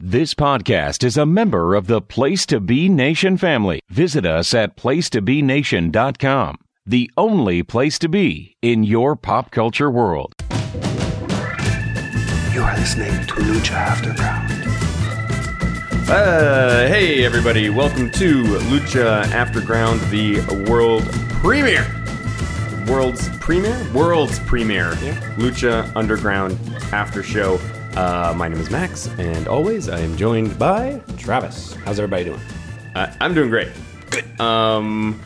This podcast is a member of the Place to Be Nation family. Visit us at placetobenation.com, the only place to be in your pop culture world. You are listening to Lucha Afterground. Uh, hey everybody, welcome to Lucha Afterground, the world premiere, world's premiere, world's premiere, Lucha Underground after show. Uh, my name is Max, and always I am joined by Travis, how's everybody doing? uh, I'm doing great. Good. Um,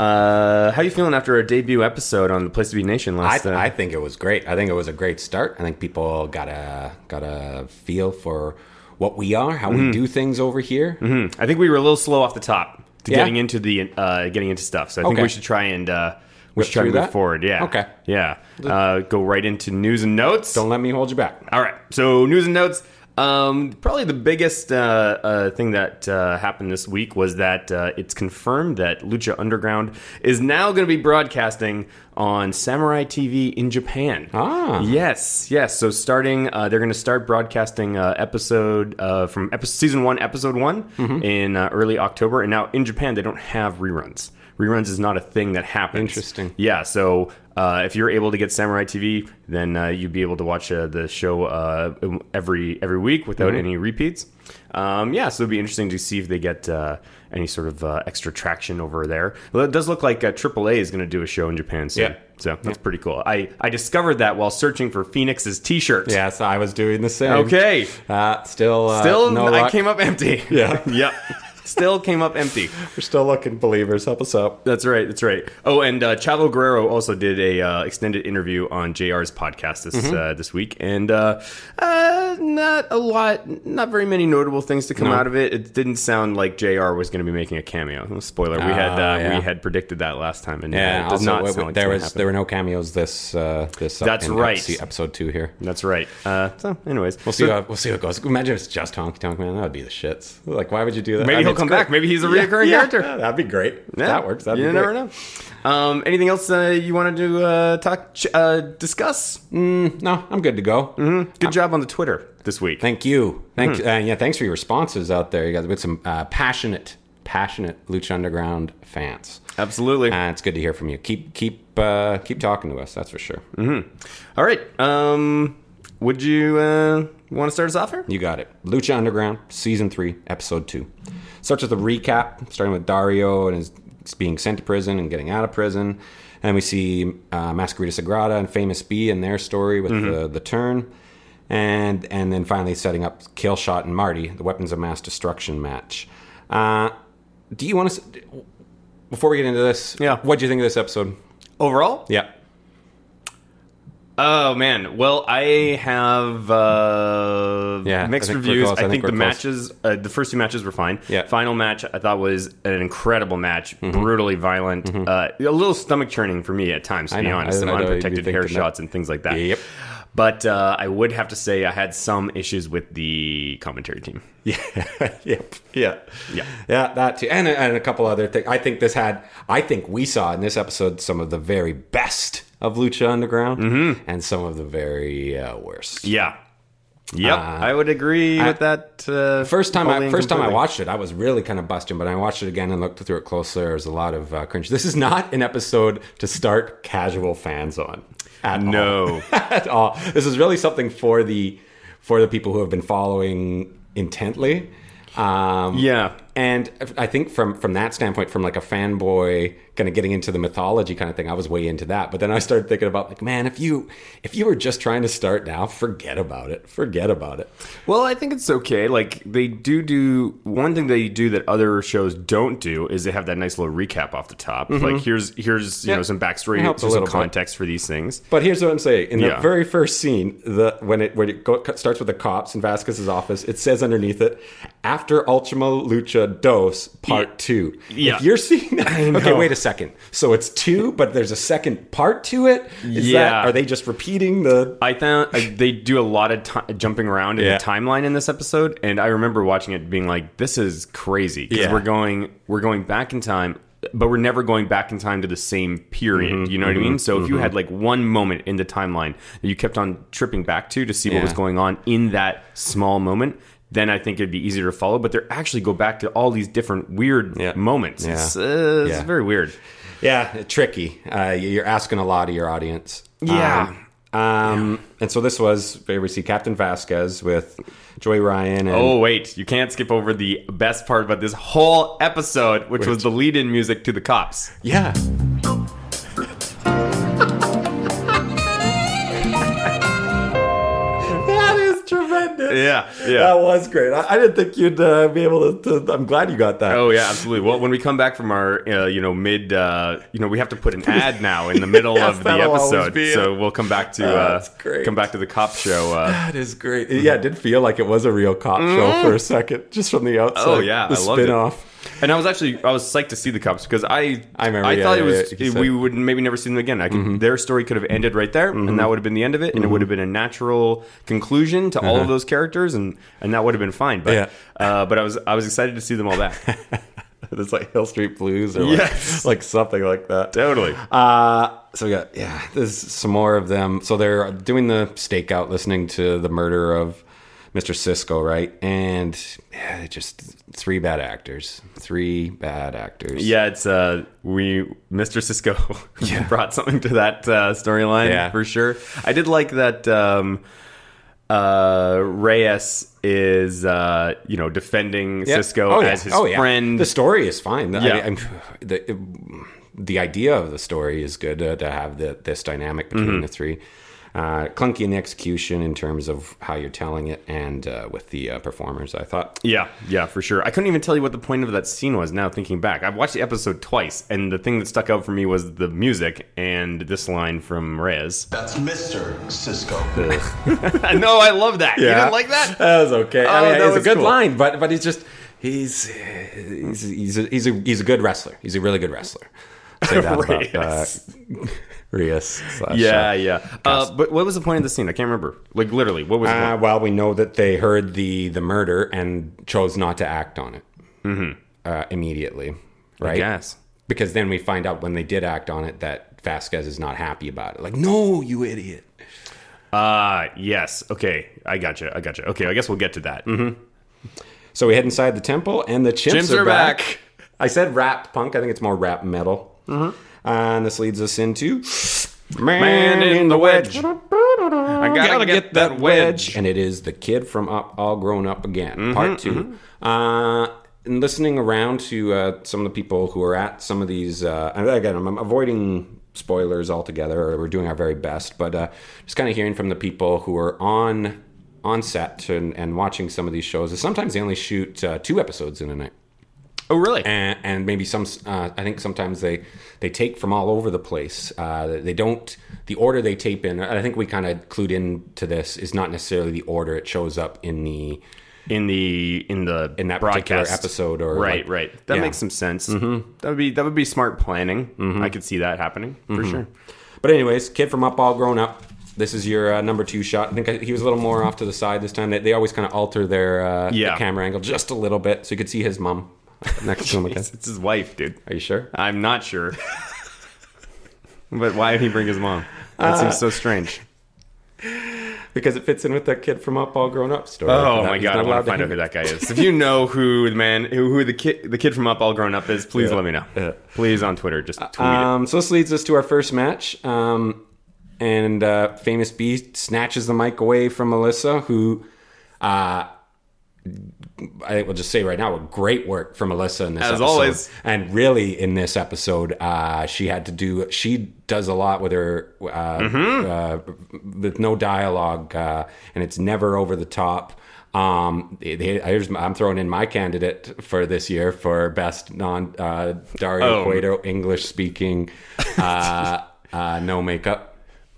uh, how you feeling after our debut episode on the Place to Be Nation I, last? uh, I think it was great. I think it was a great start. I think people got a got a feel for what we are, how Mm-hmm. we do things over here. I think we were a little slow off the top to Yeah? getting into the uh, getting into stuff. So I think Okay. we should try and uh, we Whip should try and through move that? forward. Yeah. Okay. Yeah. Uh, go right into news and notes. Don't let me hold you back. All right. So news and notes. Um, probably the biggest uh, uh, thing that uh, happened this week was that uh, it's confirmed that Lucha Underground is now going to be broadcasting on Samurai TV in Japan. Ah. yes, yes. So starting, uh, they're going to start broadcasting uh, episode uh, from epi- season one, episode one, Mm-hmm. in uh, early October. And now in Japan, they don't have reruns. Reruns is not a thing that happens. Interesting. Yeah, so uh, if you're able to get Samurai TV, then uh, you'd be able to watch uh, the show uh, every every week without Mm-hmm. any repeats. Um, yeah, so it'd be interesting to see if they get uh, any sort of uh, extra traction over there. Well, it does look like uh, AAA is going to do a show in Japan soon. Yeah. So that's pretty cool. I, I discovered that while searching for Phoenix's t shirt. Yeah, so I was doing the same. Okay. Uh, still, uh, Still, no I luck. came up empty. Yeah. yep. Still came up empty. We're still looking, believers. Help us out. That's right. That's right. Oh, and uh, Chavo Guerrero also did a uh, extended interview on Jr's podcast this Mm-hmm. uh, this week, and uh, uh, not a lot, not very many notable things to come out of it. It didn't sound like Jr was going to be making a cameo. Spoiler: we had uh, Ah, yeah. we had predicted that last time, and Yeah, uh, it does also, not w- sound like there it's was gonna happen. there were no cameos this uh, this. up That's in right. epsi- episode two here. That's right. Uh, so, anyways, We'll see. how, we'll see how it goes. Imagine if it's just Honky Tonk Man. That would be the shits. Like, why would you do that? Maybe I mean, he'll it's come great. back. Maybe he's a Yeah, reoccurring yeah, character. yeah, that'd be great. Yeah, That works. That'd you be never great. know. Um, anything else uh, you wanted to uh, talk ch- uh, discuss? No, I'm good to go. Mm-hmm. Good job on the Twitter this week. Thank you. Thank uh, yeah. Thanks for your responses out there. You guys with some uh, passionate, passionate Lucha Underground fans. Absolutely. Uh, it's good to hear from you. Keep keep uh, keep talking to us. That's for sure. All right. Um, would you uh, want to start us off here? You got it. Lucha Underground, season three, episode two. Starts with a recap, starting with Dario and his being sent to prison and getting out of prison. And we see uh, Masquerita Sagrada and Famous B and their story with the, the turn. And and then finally setting up Killshot and Marty, the weapons of mass destruction match. Uh, do you want to, before we get into this, Yeah. what do you think of this episode? Overall? Yeah. Oh man. Well, I have uh, Yeah, I mixed think we're reviews. close. I, I think, think the we're close. matches, uh, the first two matches were fine. Yeah. Mm-hmm. Final match, I thought was an incredible match, brutally violent, uh, a little stomach churning for me at times. To I be know. honest, I- some I know you'd be unprotected hair thinking that. shots and things like that. Yep. But uh, I would have to say I had some issues with the commentary team. Yeah. yep. Yeah. Yeah. Yeah. That too, and and a couple other things. I think this had. I think we saw in this episode some of the very best of Lucha Underground, Mm-hmm. and some of the very uh, worst. Yeah. Yep. Uh, I would agree with that. Uh, First time wholly I and first time I completely. watched it, I was really kind of busting, but I watched it again and looked through it closer. There was a lot of uh, cringe. This is not an episode to start casual fans on. At No. all. at all. This is really something for the for the people who have been following intently. Um, Yeah. And I think from from that standpoint, from like a fanboy kind of getting into the mythology kind of thing, I was way into that. But then I started thinking about like, man, if you if you were just trying to start now, forget about it. Forget about it. Well, I think it's okay. Like they do do one thing they do that other shows don't do is they have that nice little recap off the top. Like here's here's you Yeah. know some backstory, It helps here's a some little bit. context for these things. But here's what I'm saying: in Yeah. the very first scene, the when it when it go, starts with the cops in Vasquez's office, it says underneath it, "After Ultima Lucha Dos Part Yeah. 2. Yeah. If you're seeing that, okay, wait a second. So it's two, but there's a second part to it. Is that- Yeah. are they just repeating the? I found I, they do a lot of ti jumping around in Yeah. the timeline in this episode, and I remember watching it being like, "This is crazy." Because Yeah. we're going we're going back in time, but we're never going back in time to the same period. Mm-hmm. you know what I mean? So if you had like one moment in the timeline that you kept on tripping back to to see what Yeah. was going on in that small moment. then I think it'd be easier to follow. But they actually go back to all these different weird Yeah. moments. Yeah. It's, uh, it's Yeah. very weird. Yeah, tricky. Uh, you're asking a lot of your audience. Yeah. Um, um, And so this was, we see Captain Vasquez with Joy Ryan. And, Oh wait, you can't skip over the best part about this whole episode, which was the lead-in music to the cops. yeah. that is tremendous. Yeah, yeah. That was great. I, I didn't think you'd uh, be able to, to. I'm glad you got that. Oh yeah, absolutely. Well, when we come back from our, uh, you know, mid, uh, you know, we have to put an ad now in the middle Yes, of the that'll always episode, be it. so we'll come back to Oh, uh, that's great. come back to the cop show. Uh, That is great. Yeah, it did feel like it was a real cop show for a second, just from the outside. Mm-hmm. Oh, yeah, the I loved it. spin-off. and I was actually I was psyched to see the cops because I I remember, yeah, thought yeah, it was yeah, you said. Mm-hmm. we would maybe never see them again. I could, Their story could have ended right there, and that would have been the end of it, and it would have been a natural conclusion to all of those characters, and and that would have been fine. But Mm-hmm. Yeah. uh, but I was I was excited to see them all back. It's like Hill Street Blues, or like, Yes. like something like that. totally. Uh, so we got yeah, there's some more of them. So they're doing the stakeout, listening to the murder of Mr. Cisco, right? And yeah, just three bad actors, three bad actors. Yeah, it's uh, we Mr. Cisco brought something to that uh, storyline Yeah. for sure. I did like that um, uh, Reyes is uh, you know defending Yeah. Cisco Oh, yeah. as his Oh, yeah. friend. The story is fine. I, Yeah. I'm, the, the idea of the story is good uh, to have the, this dynamic between Mm-hmm. the three. Uh, clunky in the execution in terms of how you're telling it and uh, with the uh, performers, I thought. Yeah, yeah, for sure. I couldn't even tell you what the point of that scene was now thinking back. I've watched the episode twice, and the thing that stuck out for me was the music and this line from Reyes. That's Mr. Cisco. no, I love that. You didn't like that? That was okay. Oh, I mean, that it's was a good cool. line, but but he's just he's he's he's a, he's a he's a good wrestler. He's a really good wrestler. Say that about uh, Reyes. slash, yeah, uh, yeah. Uh, but what was the point of the scene? I can't remember. Like literally, what was the Uh, point? well, we know that they heard the the murder and chose not to act on it uh, immediately, right? Mm-hmm. guess. Because then we find out when they did act on it that Vasquez is not happy about it. Like, no, you idiot. Uh yes. Okay, I gotcha. I gotcha. Okay, I guess we'll get to that. Mm-hmm. So we head inside the temple, and the chimps, Chimps are, are back. back. Mm-hmm. I said rap punk. I think it's more rap metal. Uh, and this leads us into Man, in the Wedge. I gotta get that wedge. Mm-hmm, And it is the kid from Up All Grown Up Again, part 2 Uh, and listening around to uh, some of the people who are at some of these, uh, and again, I'm, I'm avoiding spoilers altogether, or we're doing our very best, but uh, just kind of hearing from the people who are on on set and, and watching some of these shows. is Sometimes they only shoot uh, two episodes in a night Oh really? and, and maybe some. Uh, I think sometimes they they take from all over the place. Uh, they don't the order they tape in. and I think we kind of clued in to this is not necessarily the order it shows up in the in the in the in that particular broadcast episode or Right, like- right. That Yeah. Mm-hmm. makes some sense. That would be that would be smart planning. I could see that happening for Mm-hmm. sure. But anyways, kid from up all grown up. This is your uh, number two shot. I think I, he was a little more off to the side this time. They, they always kind of alter their uh, Yeah. camera angle just a little bit, so you could see his mom next to him again. It's, it's his wife, dude. Are you sure? I'm not sure. but why did he bring his mom? That seems so strange. Uh, Because it fits in with that kid from up all grown up story. Oh That my he's god, not I allowed want to find out who hang- that guy is. If you know who the man who, who the kid the kid from Up All Grown Up is, please let me know. Please on Twitter, just tweet it. Um, so this leads us to our first match, um, and uh, Famous B snatches the mic away from Melissa, who uh, I think we'll just say right now, great work from Melissa in this As episode. always. and really in this episode, uh, she had to do. She does a lot with her uh, Mm-hmm. uh, with no dialogue, uh, and it's never over the top. Um, it- it- here's my- I'm throwing in my candidate for this year for best non uh, Dario Oh. Cueto English speaking, uh, uh, no makeup.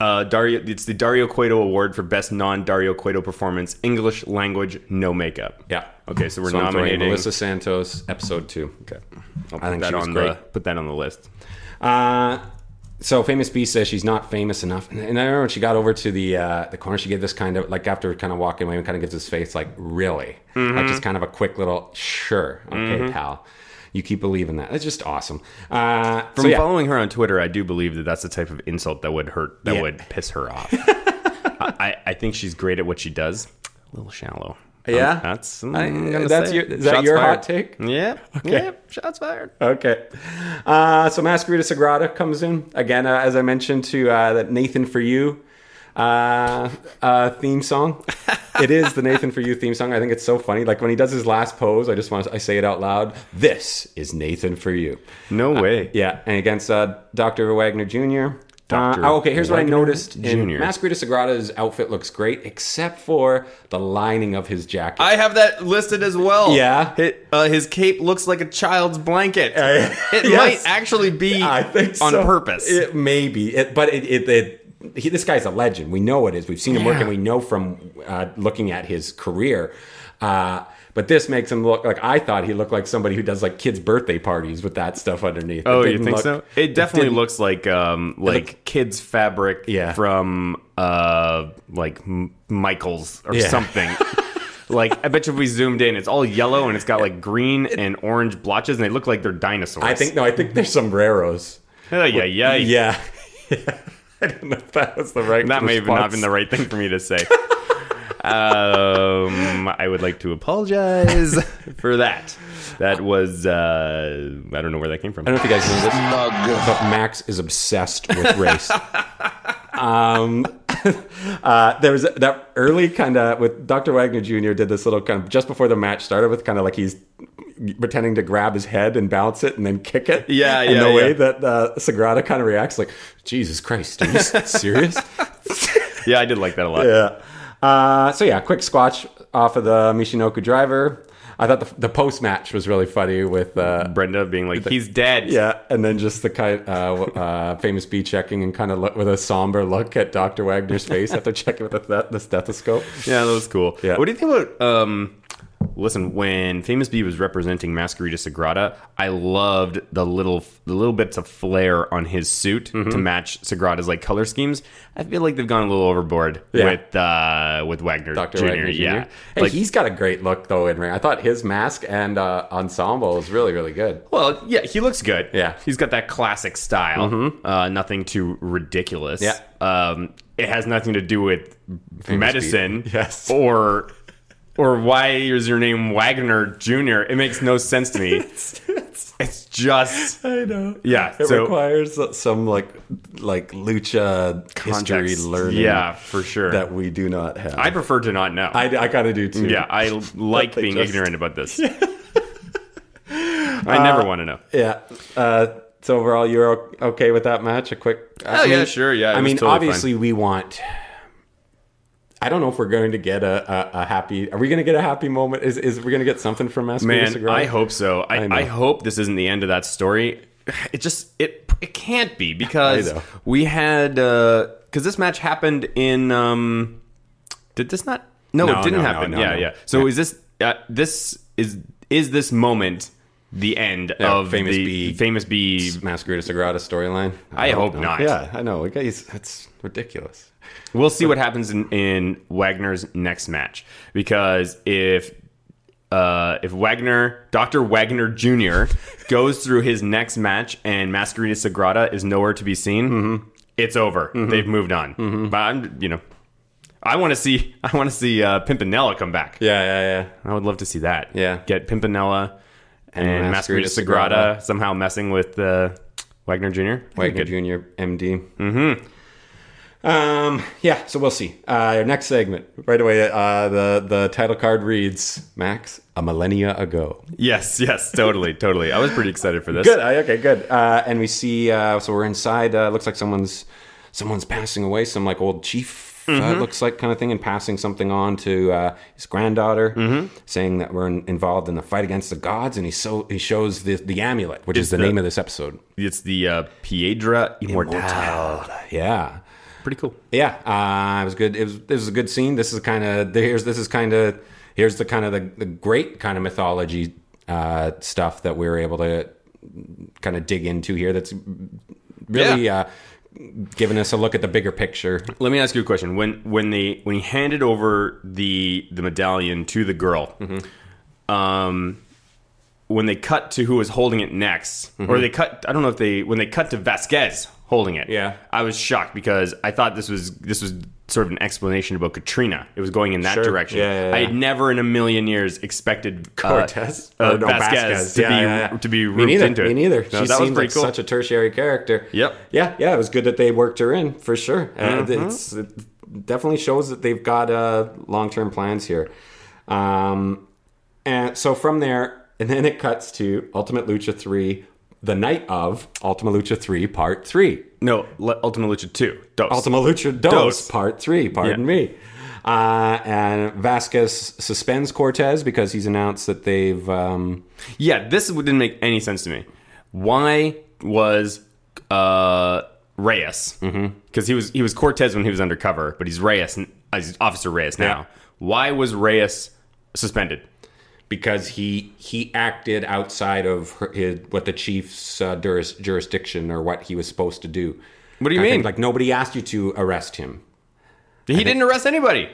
Uh, Dario, it's the Dario Cueto Award for Best Non-Dario Cueto Performance, English Language, No Makeup. Yeah. Okay, so we're I'm throwing nominating. Melissa Santos, episode two. Okay, I'll put I think that she was on great. the put that on the list. Uh, so famous B says she's not famous enough, and, and I remember when she got over to the uh, the corner, she gave this kind of like after kind of walking away, and kind of gives his face like really, like just kind of a quick little sure, okay, pal, you keep believing that. That's just awesome. Uh, so From yeah. following her on Twitter, I do believe that that's the type of insult that would hurt, that Yeah. would piss her off. I, I think she's great at what she does. A little shallow. Um, Yeah, That's mm, I- uh, I'm gonna Mm, that's say your it. is that Shots your fired. hot take? Yeah. Yeah. Shots fired. Okay. Uh, so Masquerita Sagrada comes in again, uh, as I mentioned to uh, that Nathan for You uh, uh, theme song. it is the Nathan for You theme song. I think it's so funny. Like when he does his last pose, I just want to, I say it out loud. This is Nathan for You. No way. Yeah, and against uh, Dr. Wagner Jr. Uh, Dr. oh, okay, here's what I Wagner noticed. In Jr.. Masquerita Sagrada's outfit looks great, except for the lining of his jacket. I have that listed as well. Yeah. Uh, His, uh, his cape looks like a child's blanket. it might yes. actually be I think on so. purpose. It may be, it, but it, it, it he, this guy's a legend. We know it is. We've seen him work, Yeah. and we know from uh, looking at his career. Uh, but this makes him look like I thought he looked like somebody who does like kids' birthday parties with that stuff underneath. It oh, you didn't think look- so? It definitely didn't- looks like um like kids fabric Yeah. from uh like M- Michaels or Yeah. something. like I bet you if we zoomed in, it's all yellow and it's got like green and orange blotches, and they look like they're dinosaurs. I think no. I think they're sombreros. Oh, yeah, yeah, yeah. Yeah. I don't know if that was the right. That may have not response. been the right thing for me to say. um, I would like to apologize for that. That was uh, I don't know where that came from. I don't know if you guys know this, but Max is obsessed with race. um, uh, there was that early kind of with Dr. Wagner Jr. did this little kind of just before the match started with kind of like he's pretending to grab his head and bounce it and then kick it. Yeah, And yeah, the way yeah. that uh, Sagrada kind of reacts, like Jesus Christ, are you serious? Yeah, I did like that a lot. yeah. Uh, so yeah, quick squatch off of the Mishinoku driver. I thought the, the post match was really funny with uh, Brenda being like, "He's dead." yeah, and then just the kind uh, uh, famous bee checking and kind of look with a somber look at Doctor Wagner's face after checking with the, the stethoscope. yeah, that was cool. Yeah. What do you think about? Um, listen, when Famous B was representing Masquerita Sagrada, I loved the little the little bits of flair on his suit Mm-hmm. to match Sagrada's like color schemes. I feel like they've gone a little overboard Yeah. with uh, with Wagner Doctor Jr. Wagner Jr. Yeah, hey, like he's got a great look though in ring. I thought his mask and uh, ensemble is really really good. Well, yeah, he looks good. Yeah. Mm-hmm. he's got that classic style. Uh, nothing too ridiculous. Yeah. um, it has nothing to do with medicine. Pete. Yes. or or why is your name Wagner Junior? It makes no sense to me. it's just I know. Yeah, it so- requires some like like lucha history context. learning. Yeah, for sure. that we do not have. I prefer to not know. I, I kind of do too. yeah, I like They being just- ignorant about this. I never want to know. Yeah. Uh, so overall, you're o- okay with that match? A quick. uh, I Oh, yeah, sure, yeah, it I was mean, totally fine. obviously, we want. I don't know if we're going to get a, a, a happy. Are we going to get a happy moment? Is is we going to get something from Masquerade? Man, I hope so. I I, know. I, hope this isn't the end of that story. It just it it can't be because I know. we had because this match happened in um did this not no, No, it didn't no, no, happen no, yeah no. yeah so is this uh, this is is this moment the end Yeah, of Famous the Bee. famous bee Masquerade Sagrada storyline. I hope don't know. not. Yeah, I know. Like, it's, it's ridiculous. We'll see what happens in, in Wagner's next match because if uh, if Wagner, Doctor Wagner Jr. goes through his next match and Masquerita Sagrada is nowhere to be seen, Mm-hmm. it's over. They've moved on. But I'm, you know, I want to see I want to see uh, Pimpinella come back. Yeah, yeah, yeah. I would love to see that. Yeah. get Pimpinella and, Masquerita, Masquerita Sagrada, somehow messing with uh, Wagner Jr. Wagner Jr. MD. Mm-hmm. Mm-hmm. Um, yeah, so we'll see. Uh, next segment, right away. Uh, the the title card reads: Max, a millennia ago. Yes, yes, totally, totally. I was pretty excited for this. Good. I- okay. Good. Uh, and we see. Uh, so we're inside. Uh, looks like someone's someone's passing away. Some like old chief. Uh, it looks like kind of thing, and passing something on to uh, his granddaughter, saying that we're in, involved in the fight against the gods, and he so he shows the the amulet, which is the, the- name of this episode. It's the uh, Piedra Immortale. Yeah, Pretty cool. yeah. Uh, it was good. It was this was a good scene. This is kind of here's this is kind of here's the kind of the, the great kind of mythology uh, stuff that we were able to kind of dig into here. That's really Yeah. uh, giving us a look at the bigger picture. Let me ask you a question. When when they when he handed over the the medallion to the girl, Mm-hmm. um, Mm-hmm. when they cut to who was holding it next, or they cut I don't know if they when they cut to Vasquez holding it. Yeah. I was shocked because I thought this was this was sort of an explanation about Katrina. It was going in that Sure. direction. Yeah, yeah, yeah. I had never in a million years expected uh, Cortez uh, Or no, Vasquez, to Yeah, be yeah, yeah. to be me roped neither. into it. Me neither. No, she that was seemed pretty like cool. such a tertiary character. Yep. Mm-hmm. Yeah, yeah. It was good that they worked her in for sure. Uh, it's, it definitely shows that they've got uh, long term plans here. Um, and so from there, and then it cuts to Ultimate Lucha three, the night of Ultima Lucha three, part three. no, Le- Ultima Lucha Two. Dos. Ultima Lucha Dos, Dos. Part 3, pardon Yeah. me. Uh, and Vasquez suspends Cortez because he's announced that they've. Um, Yeah, this didn't make any sense to me. Why was uh, Reyes? Because Mm-hmm. he was he was Cortez when he was undercover, but he's Reyes, n- uh, he's Officer Reyes now. Yeah. Why was Reyes suspended? because he he acted outside of her, his, what the chief's uh, juris, jurisdiction or what he was supposed to do. What do you I mean? think, like nobody asked you to arrest him. He didn't arrest anybody.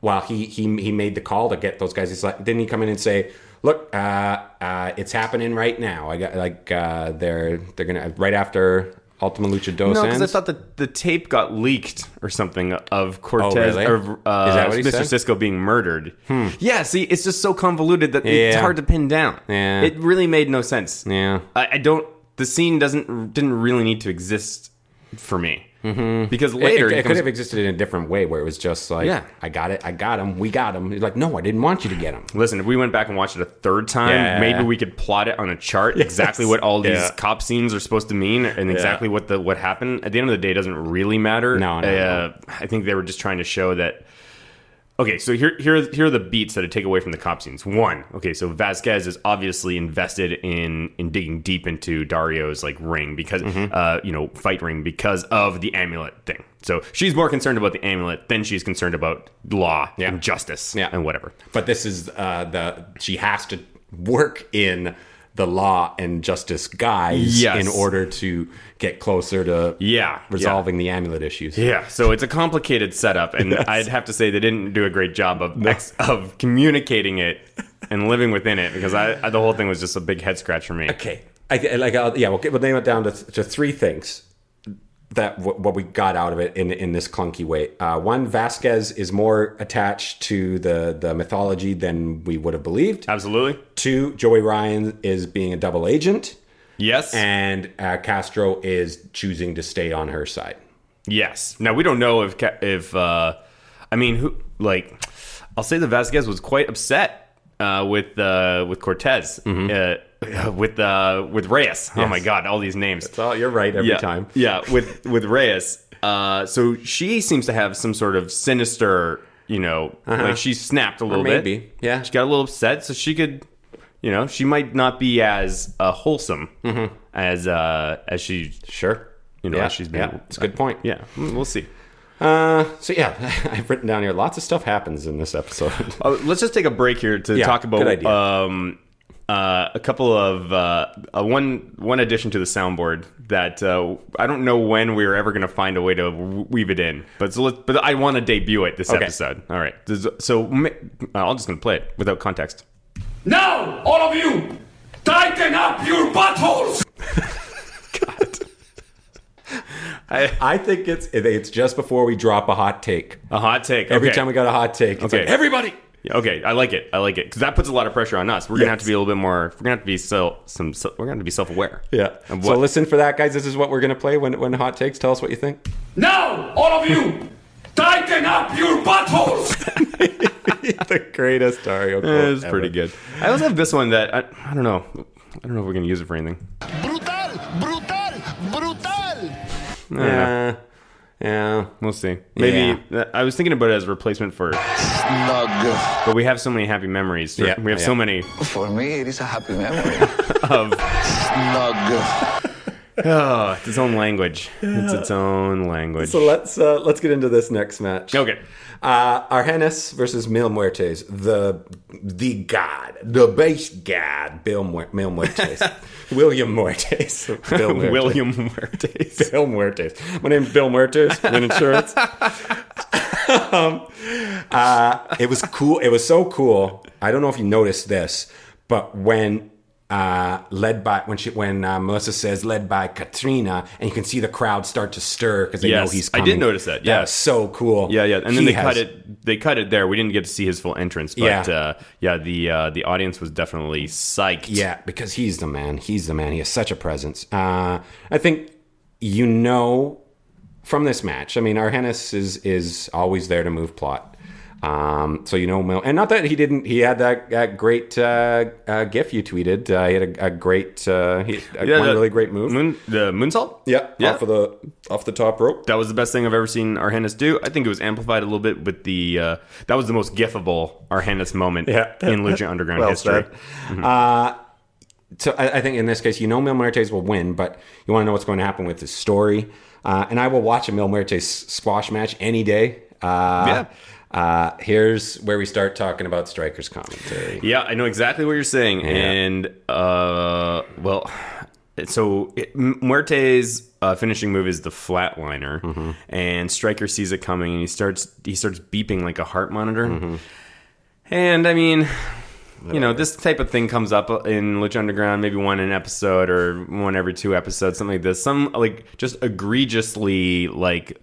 Well, he he he made the call to get those guys. He's like, didn't he come in and say, "Look, uh, uh, it's happening right now. I got like uh, they're they're gonna right after Ultima Lucha Dos No, because I ends." thought that the tape got leaked or something of Cortez Oh, really? or uh, Is that what he Mr. said? Hmm. Cisco being murdered. Yeah, see, it's just so convoluted that it's Yeah. hard to pin down. Yeah. It really made no sense. Yeah. I, I don't. The scene doesn't didn't really need to exist for me mm-hmm. because later it, it he could comes- have existed in a different way where it was just like, Yeah. I got it, I got him, we got him. He's like, no, I didn't want you to get him. Listen, if we went back and watched it a third time, Yeah. maybe we could plot it on a chart exactly what all these Yeah. cop scenes are supposed to mean and exactly what the what happened. At the end of the day, it doesn't really matter. Uh, No, no, no. I think they were just trying to show that. Okay, so here here here are the beats that I take away from the cop scenes. One, okay, so Vasquez is obviously invested in in digging deep into Dario's like ring because Mm-hmm. uh you know fight ring because of the amulet thing. So she's more concerned about the amulet than she's concerned about law and justice Yeah. and whatever. But this is uh, the she has to work in the law and justice guise Yes. in order to get closer to Yeah, resolving the amulet issues. Yeah, so it's a complicated setup, and I'd have to say they didn't do a great job of ex- of communicating it and living within it because I, I the whole thing was just a big head scratch for me. Okay, I, I- like I'll, yeah, we'll, get, we'll name it down to, th- to three things that w- what we got out of it in in this clunky way. Uh, one, Vasquez is more attached to the the mythology than we would have believed. Absolutely, Two, Joey Ryan is being a double agent, yes, and uh, Castro is choosing to stay on her side. yes. Now we don't know if Ca- if uh, I mean who like I'll say the Vasquez was quite upset uh, with uh, with Cortez Mm-hmm. uh, with uh, with Reyes. Oh my God, all these names. So you're right every yeah, time. Yeah, with with Reyes. Uh, so she seems to have some sort of sinister, you know, like she snapped a little Uh-huh. maybe, bit. yeah. she got a little upset, so she could, you know, she might not be as uh, wholesome as uh, as she, Mm-hmm. Sure. you know, yeah, as she's been. yeah, it's a good point. Yeah, mm, we'll see. Uh, so yeah, I've written down here lots of stuff happens in this episode. Uh, let's just take a break here to Yeah, talk good about idea. um, uh, a couple of uh, uh, one one addition to the soundboard that uh, I don't know when we are ever going to find a way to w- weave it in, but so let but I want to debut it this Okay. episode. All right, Does- so ma- uh, I'm just going to play it without context. Now, all of you, tighten up your buttholes! I think it's it's just before we drop a hot take. A hot take. Every okay. time we got a hot take, it's Okay. like everybody. Yeah, Okay, I like it. I like it because that puts a lot of pressure on us. We're gonna have to be a little bit more. We're gonna have to be so some. So, we're gonna have to be Eh, self aware. Yeah. So listen for that, guys. This is what we're gonna play when when hot takes. Tell us what you think. Now, all of you, tighten up your buttholes! the greatest Dario. quote It was ever. Eh, pretty good. I also have this one that I, I don't know. I don't know if we're gonna use it for anything. brutal, brutal, brutal. Yeah. Yeah. We'll see. Maybe I was thinking about it as a replacement for. Snug. But we have so many happy memories. Yeah, we have yeah. so many. For me, it is a happy memory. Snug. Oh, it's its own language. It's its own language. So let's uh, let's get into this next match. Okay. Uh, Argenis versus Mil Muertes, the the god, the base god, Bill Muer- Mil Muertes, William Muertes, Bill Muertes. William Muertes. Bill Muertes. My name's Bill Muertes. Win insurance. um, uh, it was cool. It was so cool. I don't know if you noticed this, but when uh, led by when she when uh, Melissa says led by Katrina, and you can see the crowd start to stir because they Yes, know he's. I did coming. notice that, That yeah. was so cool. Yeah, yeah, and then He they has- cut it. They cut it there. We didn't get to see his full entrance, but Yeah. uh, yeah, the uh, the audience was definitely psyched. Yeah, because he's the man. He's the man. He has such a presence. Uh, I think you know from this match. I mean, Arhenis is is always there to move plot. Um, so you know, Mel- and not that he didn't. He had that, that great uh, uh, gif you tweeted. Uh, he had a, a great, uh, he, a- Yeah, one the- really great move. Moon, the moonsault. yeah, yeah. off of the off the top rope. that was the best thing I've ever seen Arhenis do. I think it was amplified a little bit with the. Uh, that was the most gifable Arhenis moment Yeah. in Lucha Underground Well history. said. Uh, so I, I think in this case, you know Mil Muertes will win, but you want to know what's going to happen with his story. Uh, and I will watch a Mil Muertes squash match any day. Uh, yeah. Uh, here's where we start talking about strikers commentary. Yeah, I know exactly what you're saying. And, uh, well, so it, M- Muerte's uh, finishing move is the flatliner, and Stryker sees it coming, and he starts he starts beeping like a heart monitor. And I mean, you know, this type of thing comes up in Lucha Underground, maybe one an episode or one every two episodes, something like this. Some like just egregiously like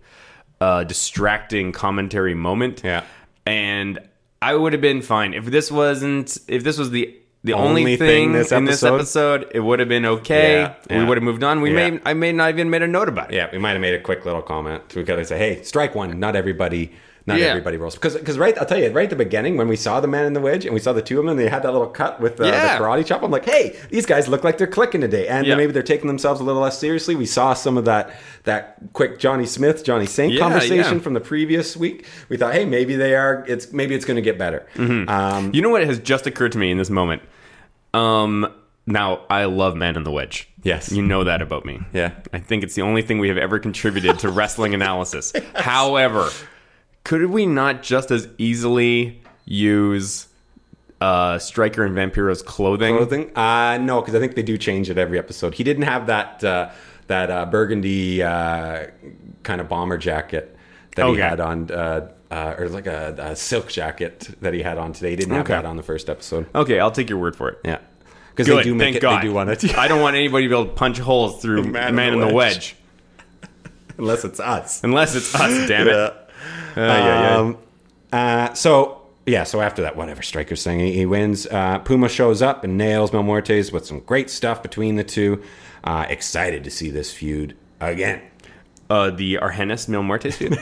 uh, distracting commentary moment. Yeah. and I would have been fine if this wasn't if this was the the only, Only thing, thing this in this episode. It would have been okay. Yeah, yeah. We would have moved on. We Yeah. may I may not even made a note about it. Yeah, we might have made a quick little comment to each other and say, "Hey, strike one. Not everybody, not Yeah. everybody rolls." Because, because right, I'll tell you, right at the beginning when we saw the man in the wedge and we saw the two of them, and they had that little cut with uh, Yeah. the karate chop. I'm like, "Hey, these guys look like they're clicking today, and Yeah. maybe they're taking themselves a little less seriously." We saw some of that that quick Johnny Smith, Johnny Saint Yeah, conversation yeah. from the previous week. We thought, "Hey, maybe they are. It's maybe it's going to get better." Mm-hmm. Um, You know what has just occurred to me in this moment? Um, now I love Man in the Wedge. Yes. you know that about me. Yeah. I think it's the only thing we have ever contributed to wrestling analysis. However, could we not just as easily use uh, Striker and Vampiro's clothing? clothing? Uh, no, because I think they do change it every episode. He didn't have that uh, that uh, burgundy uh, kind of bomber jacket that he Okay. had on, uh, uh, or like a, a silk jacket that he had on today. He didn't have Okay. that on the first episode. Okay, I'll take your word for it. Yeah, because Good. they do make thank it. God. They do want it. I don't want anybody to be able to punch holes through Man Man, in in the the, Wedge. Wedge, unless it's us. unless it's us. Damn it. Um, uh, so yeah, so after that, whatever Striker's thing, he, he wins. Uh, Puma shows up and nails Mel Muertes with some great stuff between the two. Uh, excited to see this feud again. Uh, the Arhenis Mil Muertes feud.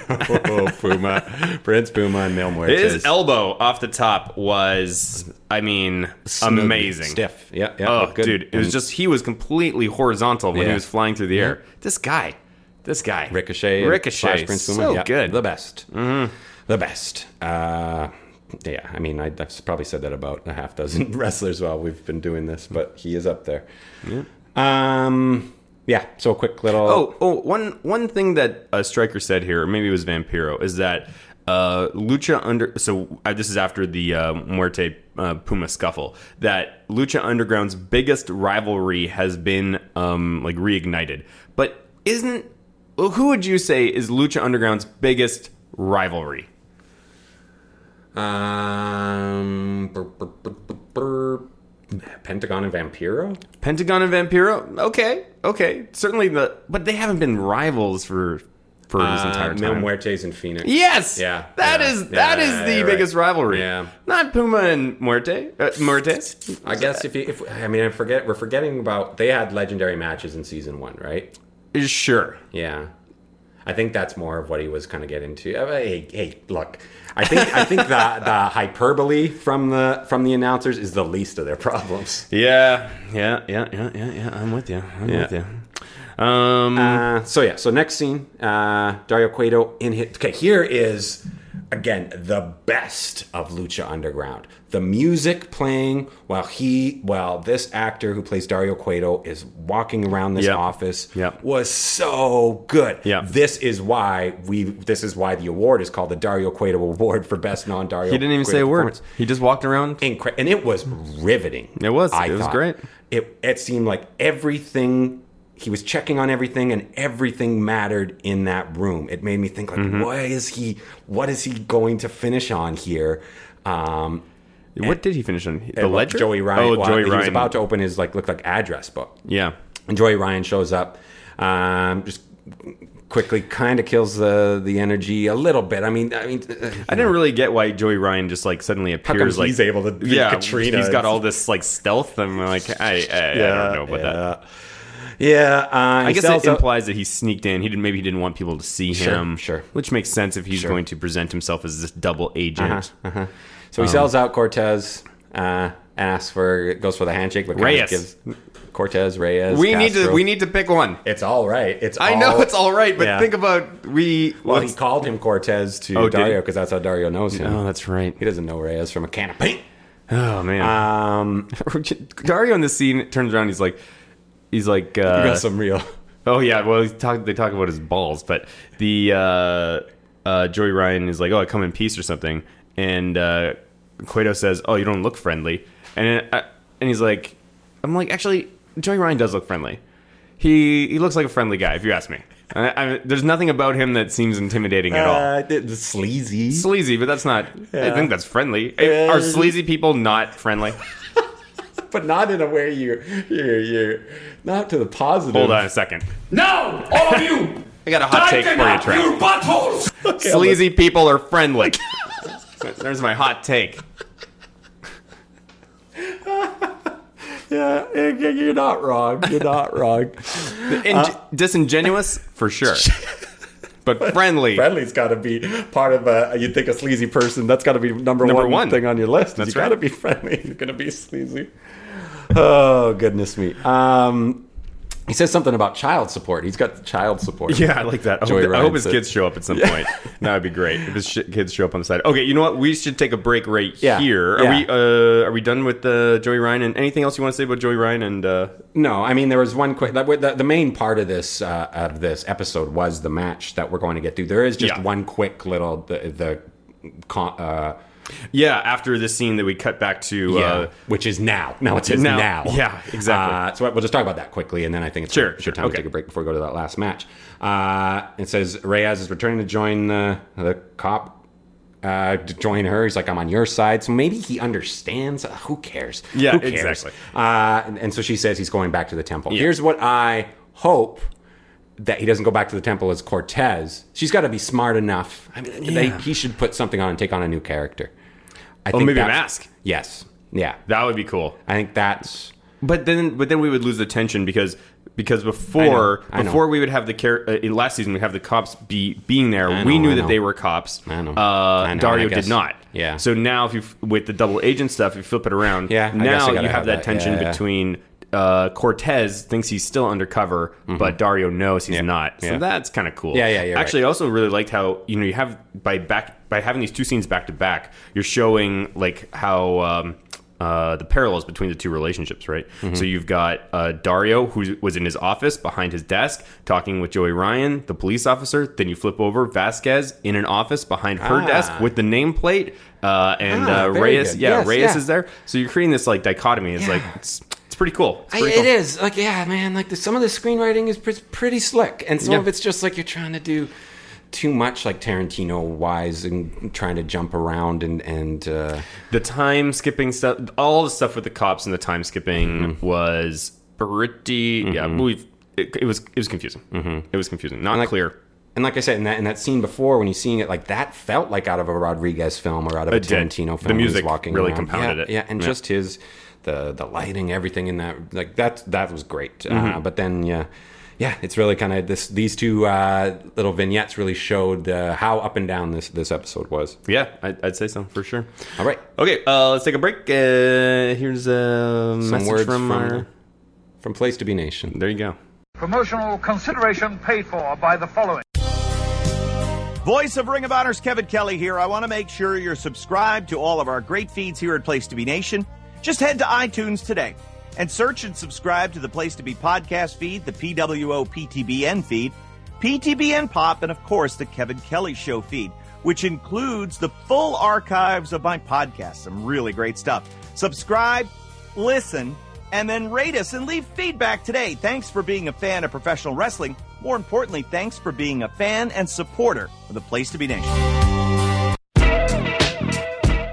oh, Puma, Prince Puma, and Mil Muertes. His elbow off the top was, I mean, Smooth, amazing. stiff. Yeah, yeah. Oh, looked good. dude, it was And just he was completely horizontal when Yeah. he was flying through the air. This guy, this guy, Ricochet, and Ricochet, Flash Prince Puma. so yeah, good. Mm-hmm. the best, the best. Uh, yeah, I mean, I, I've probably said that about a half dozen wrestlers while we've been doing this, but he is up there. Um, yeah. So a quick little. Oh, oh, one one thing that uh, Striker said here, or maybe it was Vampiro, is that uh, Lucha under. So uh, this is after the uh, Muerte uh, Puma scuffle. That Lucha Underground's biggest rivalry has been um, like reignited, but isn't well, who would you say is Lucha Underground's biggest rivalry? Oh. Um, brr, brr, brr, brr, brr. Pentagon and Vampiro. Pentagon and Vampiro? Okay, okay, certainly the, but they haven't been rivals for for this entire Uh, time. Mil Muertes and Phoenix. Yes. Yeah, that yeah, is yeah, that is the you're right. biggest rivalry. Yeah. Not Puma and Muerte. Uh, Muertes. I guess if, you, if I mean I forget we're forgetting about they had legendary matches in season one, right? Uh, Sure. Yeah, I think that's more of what he was kind of getting to. Uh, Hey, hey, look, I think I think the, the hyperbole from the from the announcers is the least of their problems. Yeah. Yeah. Yeah. Yeah. Yeah. Yeah. I'm with you. I'm Yeah. with you. Um. Uh, so yeah, so next scene, uh, Dario Cueto in hit. Okay, here is again the best of Lucha Underground. The music playing while he, while this actor who plays Dario Cueto is walking around this Yep. office Yep. was so good. Yep. This is why we. This is why the award is called the Dario Cueto Award for best non-Dario. he didn't even say a word. He just walked around. Incre- and it was riveting. It was. It was great. It it seemed like everything he was checking on everything and everything mattered in that room. It made me Mm-hmm. think like, what is he? What is he going to finish on here? Um, What did he finish on? The Well, ledger? Joey Ryan. Oh, well, Joey He Ryan. was about to open his like looked like address book. Yeah. And Joey Ryan shows up, um, just quickly kind of kills the the energy a little bit. I mean, I mean, uh, I didn't really get why Joey Ryan just like suddenly come appears. like he's able to be yeah, Katrina? He's got all this like stealth. and we're like, I, I, I don't know about that. Yeah, uh, I he guess sells it out- implies that he sneaked in. He didn't, maybe he didn't want people to see Sure, him. sure. Which makes sense if he's going to present himself as this double agent. Uh-huh, So he Um, sells out Cortez, uh, asks for goes for the handshake, but kinda Reyes. gives Cortez Reyes. We need to Castro. we need to pick one. It's all right. It's I all, know it's all right, but Yeah. think about we. Well, he what's- called him Cortez to Oh, did he? Dario because that's how Dario knows him. oh, that's right. he doesn't know Reyes from a can of paint. Oh man, Um, Dario in this scene turns around. He's like, he's like, you uh, got some real. oh yeah. Well, he talk, they talk about his balls, but the uh, uh, Joey Ryan is like, oh, I come in peace or something, and uh, Cueto says, oh, you don't look friendly, and uh, and he's like, I'm like, actually, Joey Ryan does look friendly. He he looks like a friendly guy, if you ask me. I, I, there's nothing about him that seems intimidating at all. Uh, the- the sleazy. Sleazy, but that's not. I think that's friendly. Are sleazy people not friendly? but not in a way you you you not to the positive. Hold on a second. Now, all of you, I got a hot take for tighten you, up Trent. your buttholes. Sleazy people are friendly. There's my hot take. Yeah, y- y- you're not wrong. You're not wrong. In- disingenuous for sure, but friendly. Friendly's got to be part of a. You think a sleazy person? That's got to be number, Number one, one. thing on your list. That's That's you got to right. be friendly. if You're gonna be sleazy. Oh goodness me. Um, he says something about child support. He's got child support. Yeah, I like that. I Joey hope, I Ryan hope his said- kids show up at some point. That would be great if his sh- kids show up on the side. Okay, you know what? We should take a break right Yeah. here. Are Yeah. we? Uh, are we done with uh, Joey Ryan? And anything else you want to say about Joey Ryan? And uh, No, I mean there was one quick. That, the, the main part of this uh, of this episode was the match that we're going to get to. There is just Yeah. one quick little the the con, uh, yeah, after this scene that we cut back to. uh, Uh, which is now. Now it says Now. now. Yeah, exactly. Uh, so we'll just talk about that quickly, and then I think it's Sure, good sure. time Okay. to take a break before we go to that last match. Uh, it says Reyes is returning to join the the cop. Uh, to join her, he's like, "I'm on your side," so maybe he understands. Uh, who cares? Yeah, who cares? exactly. Uh, and, and so she says he's going back to the temple. Here's what I hope that he doesn't go back to the temple as Cortez. She's got to be smart enough. I mean, they, he should put something on and take on a new character. oh, I think maybe a that- mask. Yes. Yeah. That would be cool. I think that's But then, but then we would lose the tension because because before I know. before we would have the char- uh, in last season we have the cops be being there. I we know, knew I that know. they were cops. I know. Uh, I know, Dario I did guess. not. Yeah. So now if you f- with the double agent stuff, you flip it around. Yeah, I guess I Now you gotta have, have that, that. tension Yeah, yeah. between. Uh, Cortez thinks he's still undercover, but Dario knows he's not. So Mm-hmm. yeah. that's kind of cool. Yeah, yeah, you're right. Actually, I also really liked how you know you have by back by having these two scenes back to back, you're showing like how um, uh, the parallels between the two relationships, right? Mm-hmm. So you've got uh, Dario who was in his office behind his desk talking with Joey Ryan, the police officer. Then you flip over Vasquez in an office behind her Ah. desk with the nameplate, uh, and Ah, uh, very Reyes. good. Yeah, Yes, Reyes yeah. is there. So you're creating this like dichotomy. It's like it's, it's pretty cool. It's I, pretty it cool. is like yeah, man. Like the, some of the screenwriting is pr- pretty slick, and some Yeah. of it's just like you're trying to do too much, like Tarantino wise, and trying to jump around and and uh, The time skipping stuff, all the stuff with the cops and the time skipping Mm-hmm. was pretty. Yeah, we it, it was it was confusing. Mm-hmm. It was confusing, not like- clear. Mm-hmm. and like I said in that in that scene before when you're seeing it, like that felt like out of a Rodriguez film or out of a It did. Tarantino film. The when he's music walking really around. compounded yeah, it. Yeah, and Yeah. just his the the lighting, everything in that like that that was great. Mm-hmm. Uh, but then yeah. Yeah, it's really kind of this. These two uh, little vignettes really showed uh, how up and down this this episode was. Yeah, I'd, I'd say so for sure. All right, Okay, uh, let's take a break. Uh, here's a some message words from, from our. from Place to Be Nation. There you go. Promotional consideration paid for by the following. Voice of Ring of Honor's Kevin Kelly here. I want to make sure you're subscribed to all of our great feeds here at Place to Be Nation. Just head to iTunes today and search and subscribe to the Place to Be podcast feed, the PWO PTBN feed, PTBN Pop, and of course the Kevin Kelly Show feed, which includes the full archives of my podcasts. Some really great stuff. Subscribe, listen, and then rate us and leave feedback today. Thanks for being a fan of professional wrestling. More importantly, thanks for being a fan and supporter of the Place to Be Nation.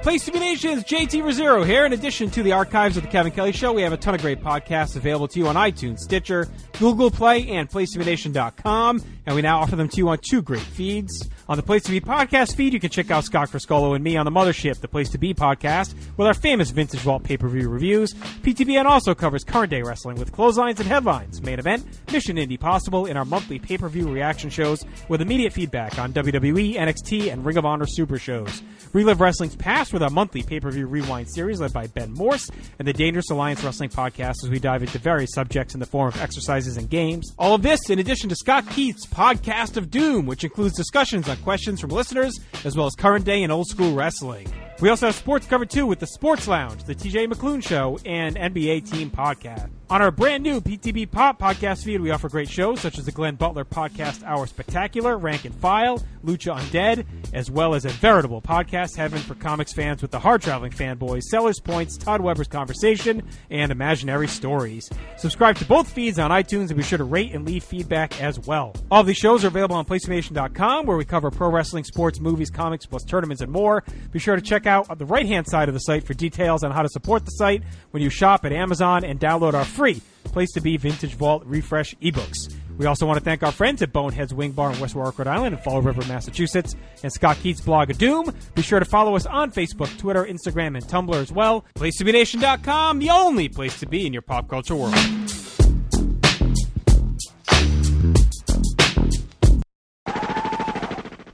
Place to be nations, JT Rosero here. In addition to the archives of the Kevin Kelly Show, we have a ton of great podcasts available to you on iTunes, Stitcher, Google Play, and PlaceToBeNation.com. And we now offer them to you on two great feeds. On the Place to Be podcast feed, you can check out Scott Friscolo and me on the Mothership, the Place to Be podcast, with our famous vintage vault pay-per-view reviews. PTBN also covers current day wrestling with clotheslines and headlines, main event, Mission Indie Possible, and our monthly pay-per-view reaction shows with immediate feedback on E, WWE, NXT, and Ring of Honor Super shows. Relive Wrestling's past with our monthly pay per view rewind series led by Ben Morse and the Dangerous Alliance Wrestling podcast as we dive into various subjects in the form of exercises and games. All of this in addition to Scott Keith's Podcast of Doom, which includes discussions on questions from listeners as well as current day and old school wrestling. We also have sports covered too with the Sports Lounge, the TJ McClune Show, and NBA Team Podcast. On our brand new PTB Pop podcast feed, we offer great shows such as the Glenn Butler Podcast Hour Spectacular, Rank and File, Lucha Undead, as well as a veritable podcast heaven for comics fans with the hard traveling fanboys, Sellers Points, Todd Weber's Conversation, and Imaginary Stories. Subscribe to both feeds on iTunes and be sure to rate and leave feedback as well. All of these shows are available on PlayStation.com where we cover pro wrestling, sports, movies, comics, plus tournaments and more. Be sure to check out on the right hand side of the site for details on how to support the site when you shop at Amazon and download our free Place to Be Vintage Vault Refresh ebooks. We also want to thank our friends at Boneheads Wing Bar in West Warwick, Rhode Island, and Fall River, Massachusetts, and Scott Keats' blog of Doom. Be sure to follow us on Facebook, Twitter, Instagram, and Tumblr as well. PlaceToBeNation.com, the only place to be in your pop culture world.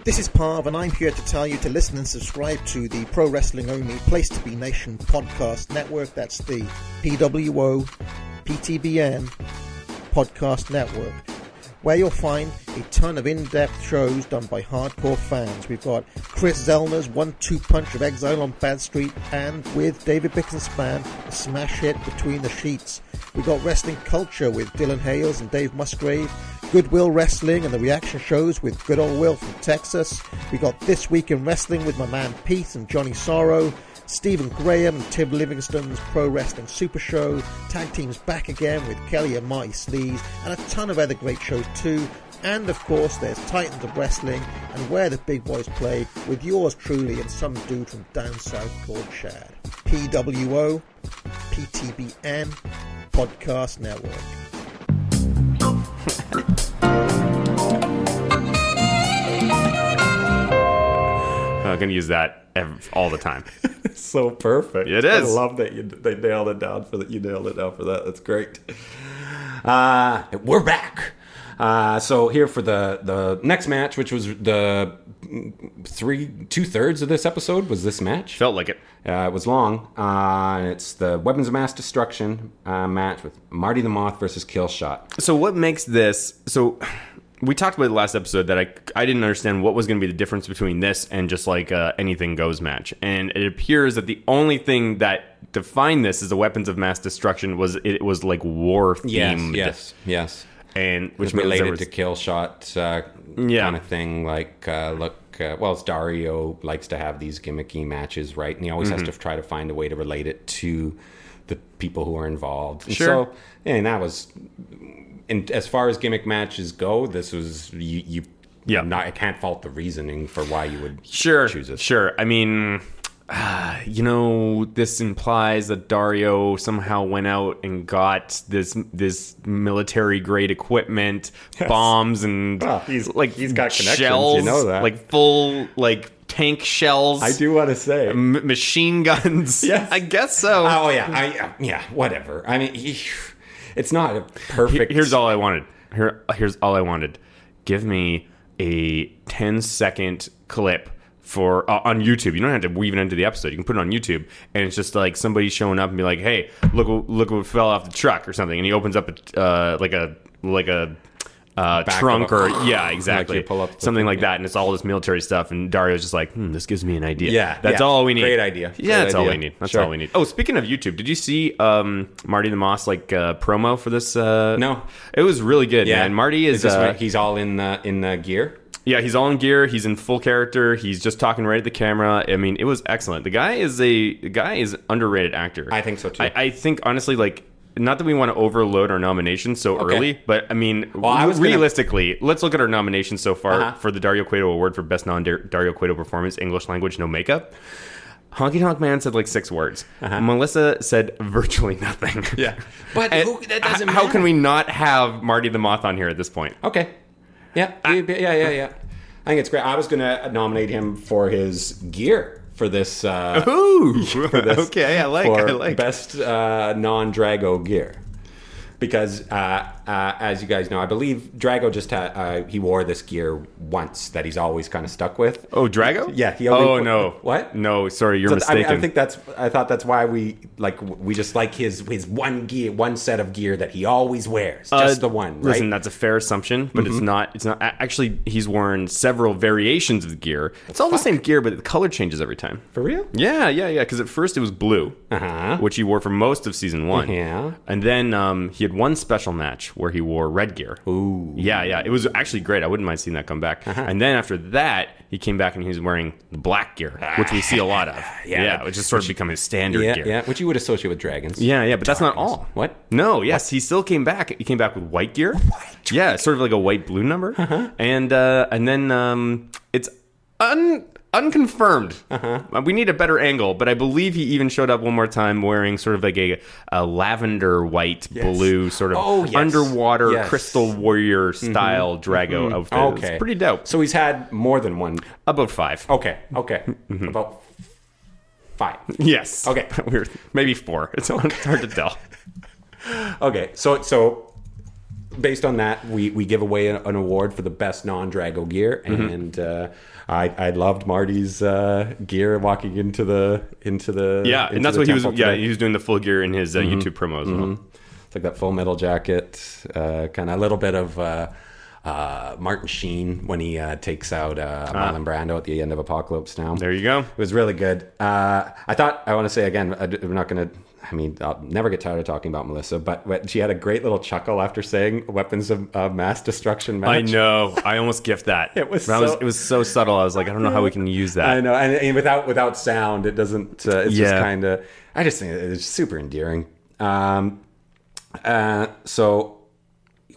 This is Parv, and I'm here to tell you to listen and subscribe to the Pro Wrestling Only Place to Be Nation podcast network. That's the PWO PTBN podcast network, where you'll find a ton of in depth shows done by hardcore fans. We've got Chris Zellner's one two punch of Exile on Bad Street, and with David Bickenspan, a smash hit between the sheets. We've got Wrestling Culture with Dylan Hales and Dave Musgrave. Goodwill Wrestling and the reaction shows with Good Old Will from Texas. We got This Week in Wrestling with my man Pete and Johnny Sorrow. Stephen Graham and Tim Livingston's Pro Wrestling Super Show. Tag Team's back again with Kelly and Marty Sleaze. And a ton of other great shows too. And of course, there's Titans of Wrestling and Where the Big Boys Play with yours truly and some dude from down south called Chad. PWO, PTBN, Podcast Network. I'm gonna use that ev all the time. so perfect. It is. I love that you they nailed it down for that. You nailed it down for that. That's great. Uh, we're back. Uh, so here for the the next match, which was the three two thirds of this episode was this match. Felt like it. Uh, it was long. Uh, and it's the weapons of mass destruction uh, match with Marty the Moth versus Killshot. So what makes this so? We talked about it last episode that I I didn't understand what was going to be the difference between this and just like uh, anything goes match, and it appears that the only thing that defined this as the weapons of mass destruction was it was like war themed, yes, yes. and which Which means related there was, to Killshot, uh, Yeah. kind of thing. Like, uh, look, uh, well, it's Dario likes to have these gimmicky matches, right? And he always has to try to find a way to relate it to the people who are involved. And Sure. So, and that was and as far as gimmick matches go, this was you. you Yeah. not, I can't fault the reasoning for why you would sure choose this. sure i mean ah, you know this implies that dario somehow went out and got this this military grade equipment bombs and Ah, he's- like he's got connections, you shells, know that. like full like tank shells I do want to say m- machine guns Yes. i guess so Oh yeah, I, yeah, whatever. I mean, he- it's not a perfect. Here- Here's all I wanted. Here, here's all I wanted. Give me a 10 second clip for uh, on YouTube. You don't have to weave it into the episode. You can put it on YouTube, and it's just like somebody showing up and be like, "Hey, look, what- look what fell off the truck" or something. And he opens up a uh, like a like a uh, Back trunk of a- or yeah, exactly, you pull up the something thing, like yeah. that. And it's all this military stuff. And Dario's just like, hmm, "This gives me an idea." Yeah, that's yeah. all we need. Great idea. Yeah, Great that's all idea. we need. That's Sure. all we need. Oh, speaking of YouTube, did you see um, Marty the Moss like uh, promo for this? Uh, No. it was really good. yeah, man. Marty is, this uh, when he's all in the in the gear. yeah, he's all in gear. He's in full character. He's just talking right at the camera. I mean, it was excellent. The guy is a the guy is an underrated actor. I think so, too. I, I think honestly, like. Not that we want to overload our nominations so Okay. early, but I mean, I was gonna- realistically, let's look at our nominations so far Uh-huh. for the Dario Cueto Award for Best Non Dario Cueto Performance, English Language, No Makeup. Honky Tonk Man said like six words. Melissa said virtually nothing. Uh-huh. Yeah. But And who, that doesn't h- how matter. can we not have Marty the Moth on here at this point? Okay. Yeah. yeah. Yeah. Yeah. Yeah. I think it's great. I was gonna nominate him for his gear for this. Uh, Ooh. for this- okay, I like. for I like. best uh, non-Drago gear. Because uh, uh, as you guys know, I believe Drago just had uh, he wore this gear once that he's always kind of stuck with. Oh, Drago? Yeah, he only- oh no. What? No, sorry, you're So th- I mean, mistaken. I, think that's. I thought that's why we like. w- We just like his his one gear, one set of gear that he always wears, just Uh, the one. Right? Mm-hmm. Listen, that's a fair assumption, but it's not. It's not a- actually. He's worn several variations of the gear. It's all the same gear, but the color changes every time. for real. Yeah, yeah, yeah. Because at first it was blue, Uh-huh. which he wore for most of season one. Yeah. and then um, he had one special match where he wore red gear. Ooh. Yeah, yeah. It was actually great. I wouldn't mind seeing that come back. Uh-huh. And then after that, he came back and he was wearing the black gear, which we see a lot of. Yeah. which has sort of become his standard Yeah, gear. yeah, which you would associate with dragons. Yeah, yeah, but that's not all. What? No, yes, he still came back. He came back with white gear. Yeah, sort of like a white blue number, Uh-huh. and uh, and then um, it's un unconfirmed. Uh-huh. Uh, We need a better angle, but I believe he even showed up one more time wearing sort of like a, a lavender white blue sort of Oh, yes. underwater Yes. Mm-hmm. crystal warrior style Drago outfit. Okay. Oh. It's pretty dope. So he's had more than one. About five. Okay. Okay. Mm-hmm. About five. Yes. Okay. We're maybe four. It's hard it's hard to tell. Okay. So so based on that, we we give away an, an award for the best non-Drago gear, Mm-hmm. and uh, I I loved Marty's uh, gear walking into the into the Yeah, into and that's the what he was. temple Yeah, today. Mm-hmm. he was doing the full gear in his uh, YouTube promo as well. It's like that full metal jacket, uh, kind of a little bit of uh, uh, Martin Sheen when he uh, takes out uh, Marlon Brando at the end of Apocalypse Now. Ah. There you go. It was really good. Uh, I thought, I want to say again, I, am not going to, I mean, I'll never get tired of talking about Melissa, but, but she had a great little chuckle after saying weapons of uh, mass destruction match. I know. I almost gift that. It was But I so- it was so subtle. I was like, I don't know how we can use that. I know, and, and without without sound, it doesn't. Uh, it's just Yeah. kind of. I just think it's super endearing. Um, uh, so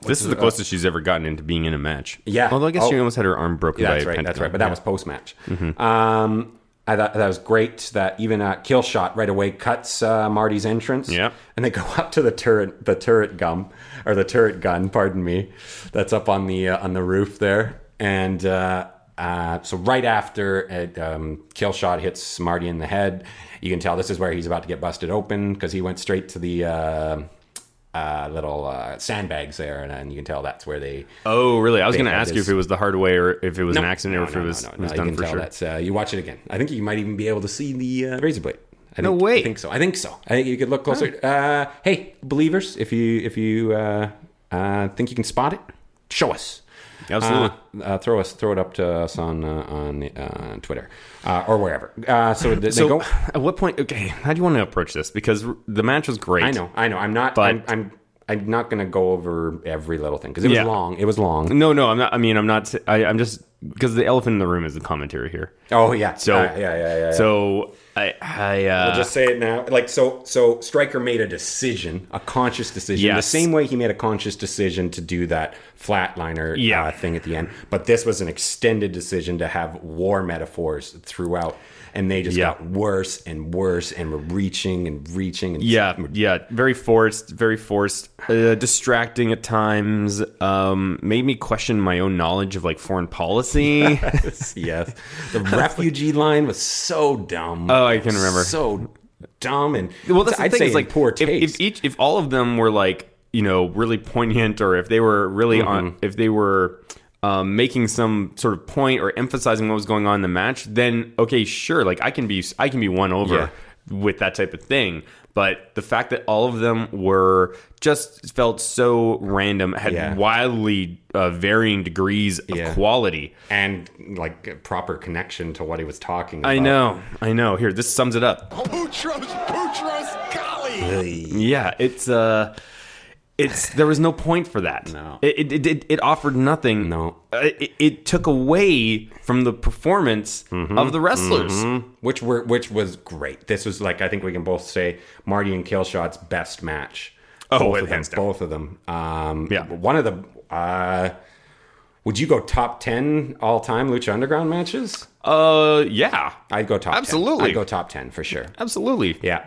This is the closest she's ever gotten into being in a match. Yeah. Although I guess she Oh. almost had her arm broken. Yeah, by that's a right. That's pentagon. right. But that Yeah. Mm-hmm. was post match. Um, I thought that was great. That even uh, kill shot right away cuts uh, Marty's entrance. Yeah. and they go up to the turret, the turret gum or the turret gun. Pardon me. That's up on the uh, on the roof there. And uh, uh, so right after it, um, kill shot hits Marty in the head, you can tell this is where he's about to get busted open because he went straight to the. Uh, uh, little uh, sandbags there, and, and you can tell that's where they Oh, really? I was They going to had ask you this- if it was the hard way or if it was an no, accident or if it was, no, no, it was no, you done can for tell sure. that's, uh, you watch it again. I think you might even be able to see the uh, razor blade. I No think, way. I think so. I think so. I think you could look closer. Uh, hey, believers, if you if you uh, uh, think you can spot it, show us. Absolutely. Uh, uh, throw us throw it up to us on uh, on uh, Twitter uh, or wherever. Uh, so they so, go. at what point? Okay, how do you want to approach this? Because r- the match was great. I know. I know. I'm not. But- I'm. I'm I'm not going to go over every little thing because it was Yeah. long. It was long. No, no. I'm not. I mean, I'm not. I, I'm just because the elephant in the room is the commentary here. Oh yeah. So Uh, yeah, yeah, yeah, yeah. So I, I uh, I'll just say it now. Like so, so Stryker made a decision, a conscious decision, the Yes. same way he made a conscious decision to do that flatliner Yeah. uh, thing at the end. But this was an extended decision to have war metaphors throughout, and they just Yeah. got worse and worse, and were reaching and reaching. And Yeah, yeah, very forced, very forced, uh, distracting at times. Um, made me question my own knowledge of like foreign policy. yes, the refugee line was so dumb. Oh, I can remember. So dumb and well, that's the I'd thing say is like poor if- e if, taste. each, if all of them were like you know really poignant, or if they were really Mm-hmm. on, if they were. Um, making some sort of point or emphasizing what was going on in the match, then okay, sure, like I can be, I can be won over with that type of thing. But the fact that all of them were just felt so random, had Yeah. wildly uh, varying degrees of Yeah. quality. and like a proper connection to what he was talking. about. I know, I know. Here, this sums it up. Boutros, Boutros, golly. Yeah, it's uh, it's there was no point for that. No. it it it, it offered nothing. No. Uh, it, it took away from the performance Mm-hmm. of the wrestlers. which were which was great. This was like I think we can both say Marty and Killshot's best match. Oh, both it- of them, hands down. both of them. Um, Yeah. one of the. Uh, would you go top ten all time Lucha Underground matches? Uh, yeah, I'd go top. Absolutely. 10. I'd go top ten for sure. Absolutely. Yeah.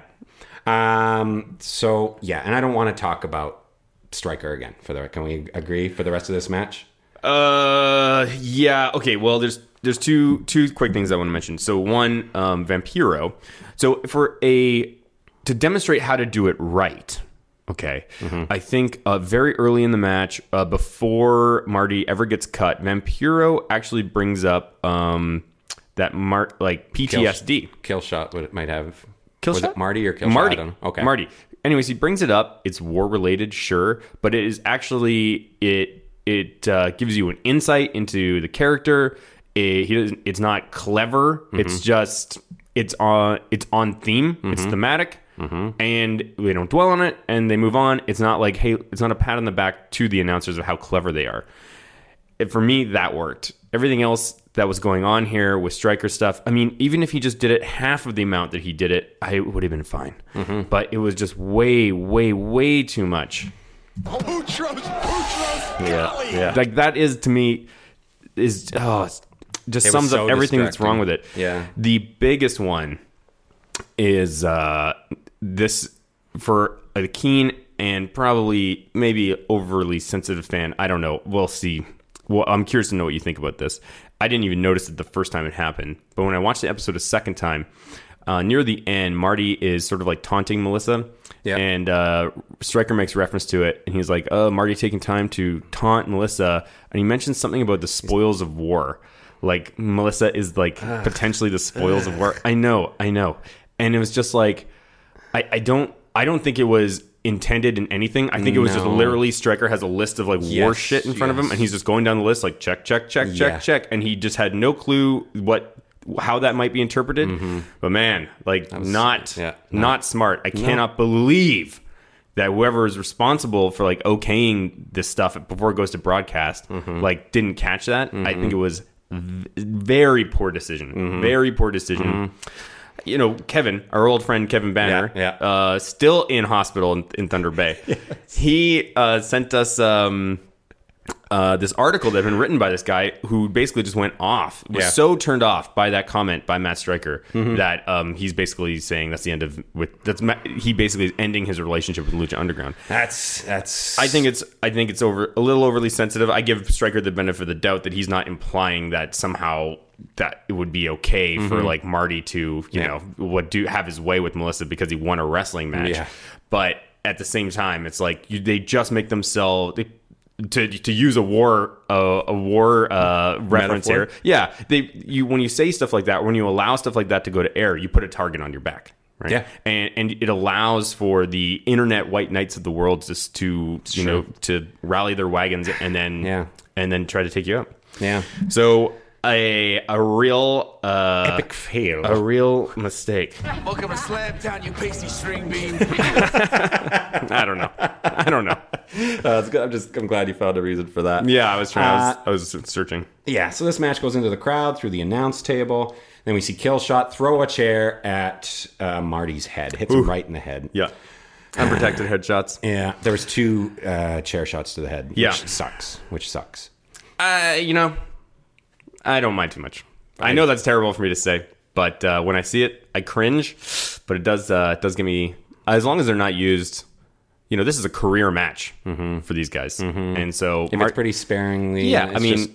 Um. So yeah, and I don't want to talk about striker again. For the can we agree for the rest of this match? Uh, yeah. Okay. Well, there's there's two two quick things I want to mention. So one, um, Vampiro. So for a to demonstrate how to do it right. Okay, I think uh, very early in the match, uh, before Marty ever gets cut, Vampiro actually brings up um, that Mar- like PTSD. Kill shot. What it might have. Kill was shot? it Marty or kill Marty. Shot? I don't know. Okay. Marty. Anyways, he brings it up. It's war related, sure, but it is actually it it uh, gives you an insight into the character. It, he doesn't, it's not clever. Mm-hmm. It's just it's on it's on theme. It's Mm-hmm. thematic. And they don't dwell on it, and they move on. It's not like, hey, it's not a pat on the back to the announcers of how clever they are it- for me that worked everything else that was going on here with striker stuff i mean even if he just did it half of the amount that he did it i would have been fine Mm-hmm. but it was just way way way too much Boutros, Boutros, Ghali. like that is to me is oh, it's- just It was sums up so everything that's distracting. wrong with it. Yeah. The biggest one is uh this for a keen and probably maybe overly sensitive fan. I don't know. We'll see. Well, I'm curious to know what you think about this. I didn't even notice it the first time it happened, but when I watched the episode a second time, uh, near the end, Marty is sort of like taunting Melissa, Yeah. and uh, Stryker makes reference to it, and he's like, "Oh, Marty taking time to taunt Melissa," and he mentions something about the spoils of war. Like Melissa is like potentially the spoils of war. I know, I know, and it was just like, I, I don't, I don't think it was intended in anything. I think it was just No. literally Stryker has a list of like war Yes, shit in front of him, yes. and he's just going down the list like check, check, check, Yeah. check, check, and he just had no clue what. How that might be interpreted, Mm-hmm. but man, like not yeah, not not smart. I cannot believe that whoever is responsible for like okaying this stuff before it goes to broadcast Mm-hmm. like didn't catch that. I think it was v- very poor decision. Mm-hmm. Very poor decision. You know, Kevin, our old friend Kevin Banner, Yeah, yeah. Uh, still in hospital in, in Thunder Bay. He uh, sent us um, uh, this article that had been written by this guy who basically just went off was Yeah. Mm-hmm. so turned off by that comment by Matt Stryker that um, he's basically saying that's the end of with that's Ma- he basically is ending his relationship with Lucha Underground. That's that's. I think it's I think it's over a little overly sensitive. I give Stryker the benefit of the doubt that he's not implying that somehow that it would be okay Mm-hmm. for like Marty to you know what do have his way with Melissa because he won a wrestling match. Yeah. But at the same time, it's like you, they just make themselves they, to to use a war uh, a war uh, reference Metaphor? here. Yeah, they you when you say stuff like that, when you allow stuff like that to go to air, you put a target on your back. Right? Yeah. and and it allows for the internet white knights of the world just to you know to rally their wagons and then Yeah. and then try to take you out. Yeah. So a a real uh, Epic fail. a real mistake. Welcome to Slab Town, you pasty string bean. I don't know. I don't know. Uh, it's good. I'm just. I'm glad you found a reason for that. Yeah, I was trying. I, was, I Uh, was searching. Yeah, so this match goes into the crowd through the announce table. Then we see Killshot throw a chair at uh, Marty's head, hits him right in the head. Yeah, unprotected headshots. Yeah, there was two uh, chair shots to the head. Yeah. which sucks. Which sucks. Uh, you know, I don't mind too much. I know that's terrible for me to say, but uh, when I see it, I cringe. But it does uh, it does give me as long as they're not used. You know, this is a career match for these guys, and so Mm-hmm. If Mar- it's pretty sparingly. yeah, it's I mean. just-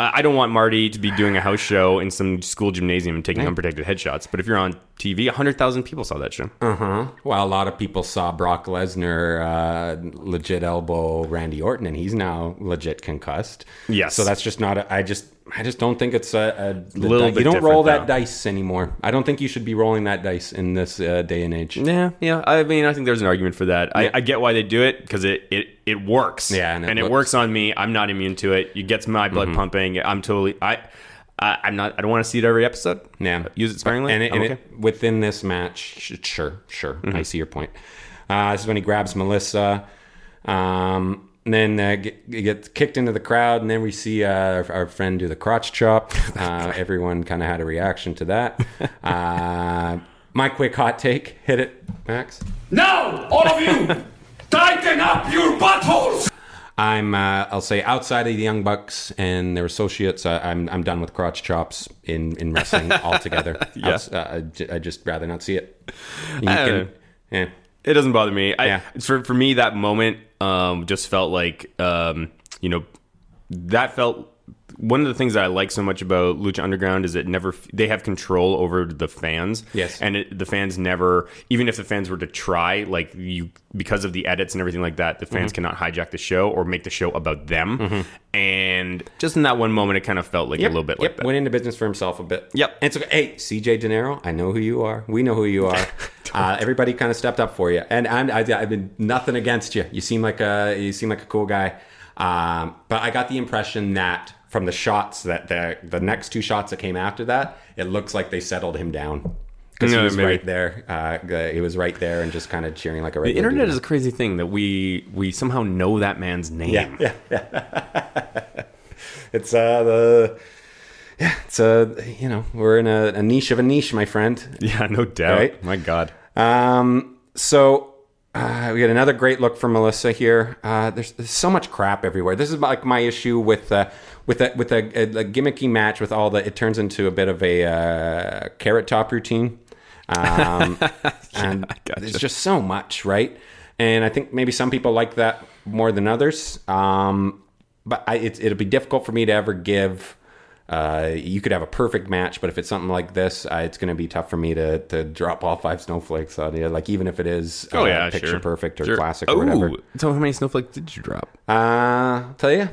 I I don't want Marty to be doing a house show in some school gymnasium and taking unprotected headshots. But if you're on TV, 100,000 people saw that show. well, a lot of people saw Brock Lesnar uh, legit elbow Randy Orton, and he's now legit concussed. Yes. so that's just not. A, I just, I just don't think it's a, a Little You bit don't roll different, that though. dice anymore. I don't think you should be rolling that dice in this uh, day and age. Yeah, yeah. I mean, I think there's an argument for that. Yeah. I, I get why they do it because it, it it works. Yeah, and and it, it works looks- on me. I'm not immune to it. It gets my Mm-hmm. blood pumping. I'm totally. I, I I'm not. I don't want to see it every episode. Yeah, Uh, use it sparingly. And, it, I'm Mm-hmm. and it, within this match, sh- sure, sure, I see your point. Uh, this is when he grabs Melissa, um, and then uh, get, he gets kicked into the crowd, and then we see uh, our, our friend do the crotch chop. Uh, everyone kind of had a reaction to that. Uh, my quick hot take, hit it, Max. Now, all of you, tighten up your buttholes! I'm, uh, I'll say, outside of the Young Bucks and their associates, I, I'm, I'm done with crotch chops in, in wrestling altogether. Yeah. Outs- uh, I, ju- I just rather not see it. You I can- don't know. It doesn't bother me. I, for, for me, that moment um, just felt like, um, you know, that felt one of the things that I like so much about Lucha Underground is it never, they have control over the fans. Yes. And it, the fans never, even if the fans were to try, like you, because of the edits and everything like that, the fans Mhm. cannot hijack the show or make the show about them. Mhm. And just in that one moment, it kind of felt like a little bit like that. Went into business for himself a bit. Yep. And it's okay. Hey, CJ De Niro, I know who you are. We know who you are. uh, everybody kind of stepped up for you, and I'm, I, I've been nothing against you. You seem like a you seem like a cool guy, um, but I got the impression that from the shots that the the next two shots that came after that, it looks like they settled him down. Because No, he was maybe. right there, uh, he was right there, and just kind of cheering like The a regular. internet dude. is a crazy thing that we we somehow know that man's name. Yeah, yeah, It's uh the yeah, it's uh you know we're in a, a niche of a niche, my friend. Yeah, no doubt. My God. Um. So uh, we got another great look from Melissa here. Uh, there's, there's so much crap everywhere. This is like my issue with uh, with a, with a, a, a gimmicky match with all the. It turns into a bit of a uh, carrot top routine. Um, and it's just so much, right? And I think maybe some people like that more than others. Um, but I, it, it'll be difficult for me to ever give. Uh, you could have a perfect match, but if it's something like this, uh, it's going to be tough for me to to drop all five snowflakes on you. Like even if it is uh, Oh yeah, picture sure. perfect or Sure. classic oh, or whatever. So how many snowflakes did you drop? Uh, tell you,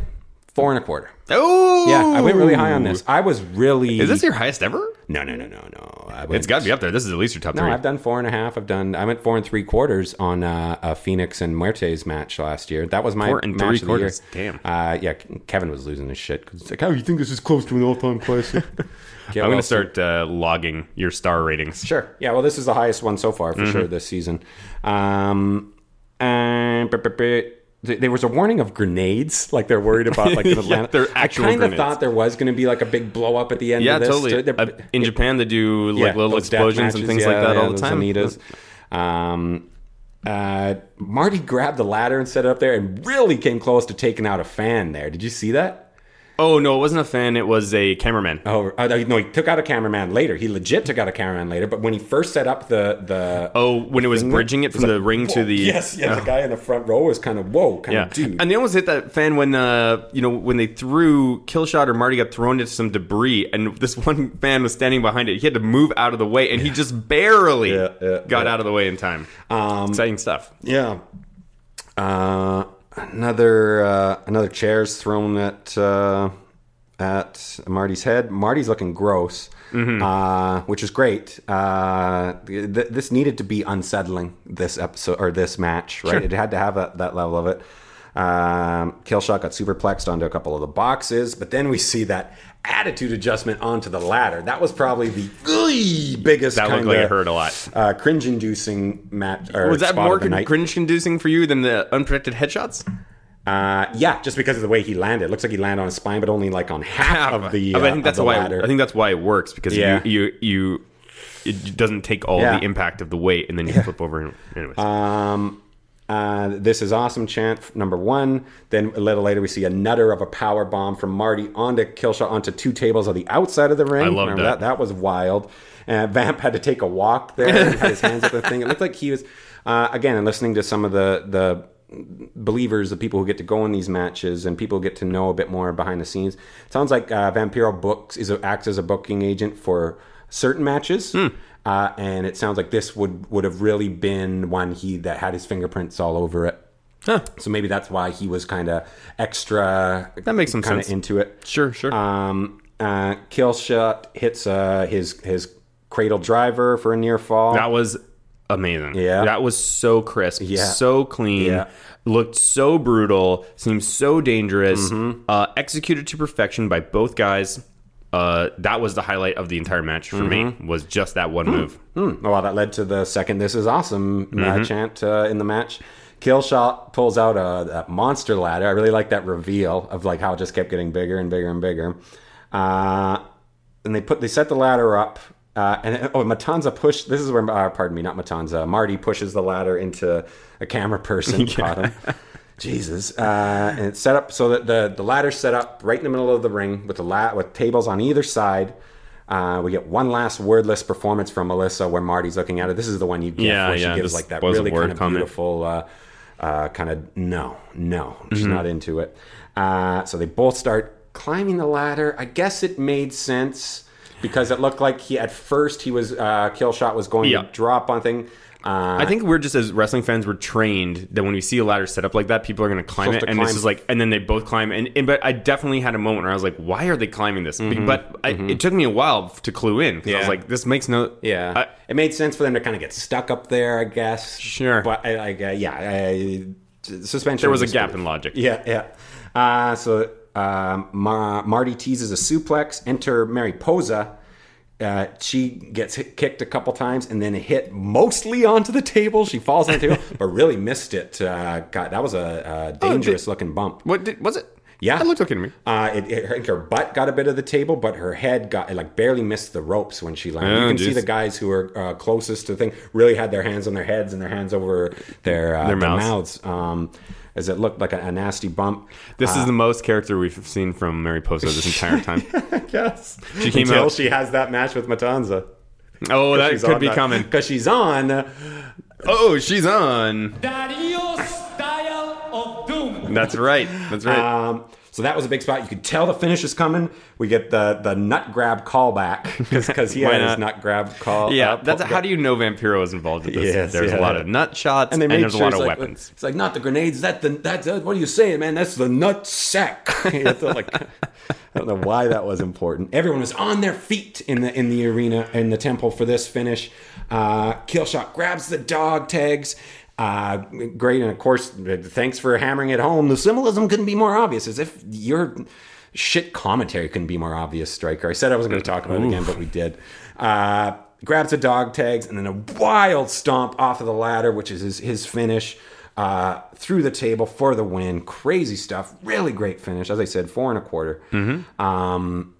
four and a quarter. Oh, yeah, I went really high on this. I was really. Is this your highest ever? No, no, no, no, no. I It's went- got to be up there. This is at least your top No, three. I've done four and a half. I've done. I went four and three quarters on uh, a Phoenix and Muertes match last year. That was my Four and match three of the quarters. Year. Damn. Uh, yeah, Kevin was losing his shit 'cause it's like, how you think this is close to an all-time classic? Get I'm well gonna start uh, logging your star ratings. Sure. Yeah. Well, this is the highest one so far for Mhm. sure this season. Um, and but, but, but, th- there was a warning of grenades, like they're worried about, like in Yeah, Atlanta. they're I actual kind grenades. of thought there was going to be like a big blow up at the end. Yeah, of this. totally. They're- Uh, in Japan, they do like yeah, little those death explosions and matches, things yeah, like that yeah, all the those time. Anitas. Um, uh, Marty grabbed the ladder and set it up there, and really came close to taking out a fan. There, did you see that? Oh no, it wasn't a fan. It was a cameraman. Oh uh, no, he took out a cameraman later. He legit took out a cameraman later. But when he first set up the the Oh, when it was thing, bridging it from was the ring to whoa. the- yes, yeah, Oh. the guy in the front row was kind of whoa, kind of dude. And they almost hit that fan when uh you know when they threw Killshot or Marty got thrown into some debris and this one fan was standing behind it. He had to move out of the way and he just barely got out of the way in time. Um, Exciting stuff. Yeah. Uh, another uh, another chair's thrown at uh, at Marty's head. Marty's looking gross, Mm-hmm. uh, which is great. Uh, th- th- this needed to be unsettling. This episode or this match, right? Sure. It had to have a, that level of it. Um, Killshot got superplexed onto a couple of the boxes, but then we see that attitude adjustment onto the ladder. That was probably the "Ugh," biggest. That looked kinda, like it hurt a lot. Uh, cringe-inducing match. or was that spot of more the night. cringe-inducing for you than the unprotected headshots? Uh, yeah, just because of the way he landed. It looks like he landed on his spine, but only like on half, of the. Oh, Uh, but I think that's of the why. Ladder. I think that's why it works because Yeah. you you you it doesn't take all Yeah. the impact of the weight and then you flip over. And, anyways, Um, uh, this is awesome chant f- number one. Then a little later we see a nutter of a power bomb from Marty onto Killshot onto two tables on the outside of the ring. I loved Remember that. that. was wild. Uh, Vamp had to take a walk there. and had his hands up the thing. It looked like he was uh, again and listening to some of the the believers, the people who get to go in these matches, and people get to know a bit more behind the scenes. sounds like uh, Vampiro books is a, acts as a booking agent for certain matches, Hmm. uh, and it sounds like this would would have really been one he that had his fingerprints all over it. So maybe that's why he was kind of extra. That makes some kinda sense. into it. Sure, sure. Um, uh, kill shot hits uh, his his cradle driver for a near fall. That was amazing. Yeah. That was so crisp, Yeah. so clean, Yeah. looked so brutal, seemed so dangerous, Mm-hmm. uh, executed to perfection by both guys. Uh, that was the highlight of the entire match for me, was just that one move. Mm-hmm. Hmm. Well, that led to the second "This is awesome" uh, Mhm. chant uh, in the match. Killshot pulls out a, a monster ladder. I really like that reveal of like how it just kept getting bigger and bigger and bigger. Uh, and they put they set the ladder up. Uh, and oh, Matanza pushed. This is where, uh, pardon me, not Matanza. Marty pushes the ladder into a camera person. Caught him. Jesus. Uh, and it's set up so that the, the ladder's set up right in the middle of the ring with the la- with tables on either side. Uh, we get one last wordless performance from Melissa where Marty's looking at it. This is the one you get Yeah, where yeah, she gives this like that was a really word kind of comment. beautiful uh, uh, kind of no, no. She's Mhm. not into it. Uh, so they both start climbing the ladder. I guess it made sense because it looked like he at first he was uh, kill shot was going Yeah. to drop on thing. Uh, I think we're just as wrestling fans, we're trained that when we see a ladder set up like that, people are going to climb Supposed it, to and climb. this is like, and then they both climb, and, and but I definitely had a moment where I was like, why are they climbing this? Be- Mhm. But I, Mhm. it took me a while to clue in 'cause I Yeah. was like, this makes no. Yeah, it made sense for them to kind of get stuck up there, I guess. Sure, but I, I, yeah, I, suspension. There was a was gap good. in logic. Yeah, yeah. Uh, so um, Mar- Marty teases a suplex. Enter Mary Posa. Uh, she gets hit, kicked a couple times and then hit mostly onto the table. She falls on the table, but really missed it. Uh, God, that was a, a dangerous looking bump. What did, was it? Yeah, it looked okay to me. Uh, it, it, her, her butt got a bit of the table, but her head got it, like barely missed the ropes when she landed. you Oh, can see geez. the guys who are uh, closest to the thing really had their hands on their heads and their hands over their Their uh, their mouths. mouths. Um, as it looked like a, a nasty bump. This is Uh, the most character we've seen from Mary Posa this entire time. yes. She came until out- she has that match with Matanza. Oh, that could be coming. because she's on. Oh, she's on. Dario's dial of doom. That's right. That's right. Um, so that was a big spot. You could tell the finish is coming. We get the the nut grab callback because he Why had his not? nut grab call. yeah, uh, that's how do you know Vampiro is involved in this? Yes, there's a yeah. lot of nut shots and, made there's a lot it's of like- weapons. It's like not the grenades. That the that's uh, what are you saying, man? That's the nut sack. It's like, I don't know why that was important. Everyone was on their feet in the in the arena in the temple for this finish. Uh, Killshot grabs the dog tags. Uh, great, and of course, thanks for hammering it home. The symbolism couldn't be more obvious. As if your shit commentary couldn't be more obvious, Striker. I said I wasn't going to talk about it again, Oof. but we did. Uh, grabs the dog tags and then a wild stomp off of the ladder, which is his, his finish. Uh, through the table for the win. Crazy stuff. Really great finish. As I said, four and a quarter. Mm-hmm. Um,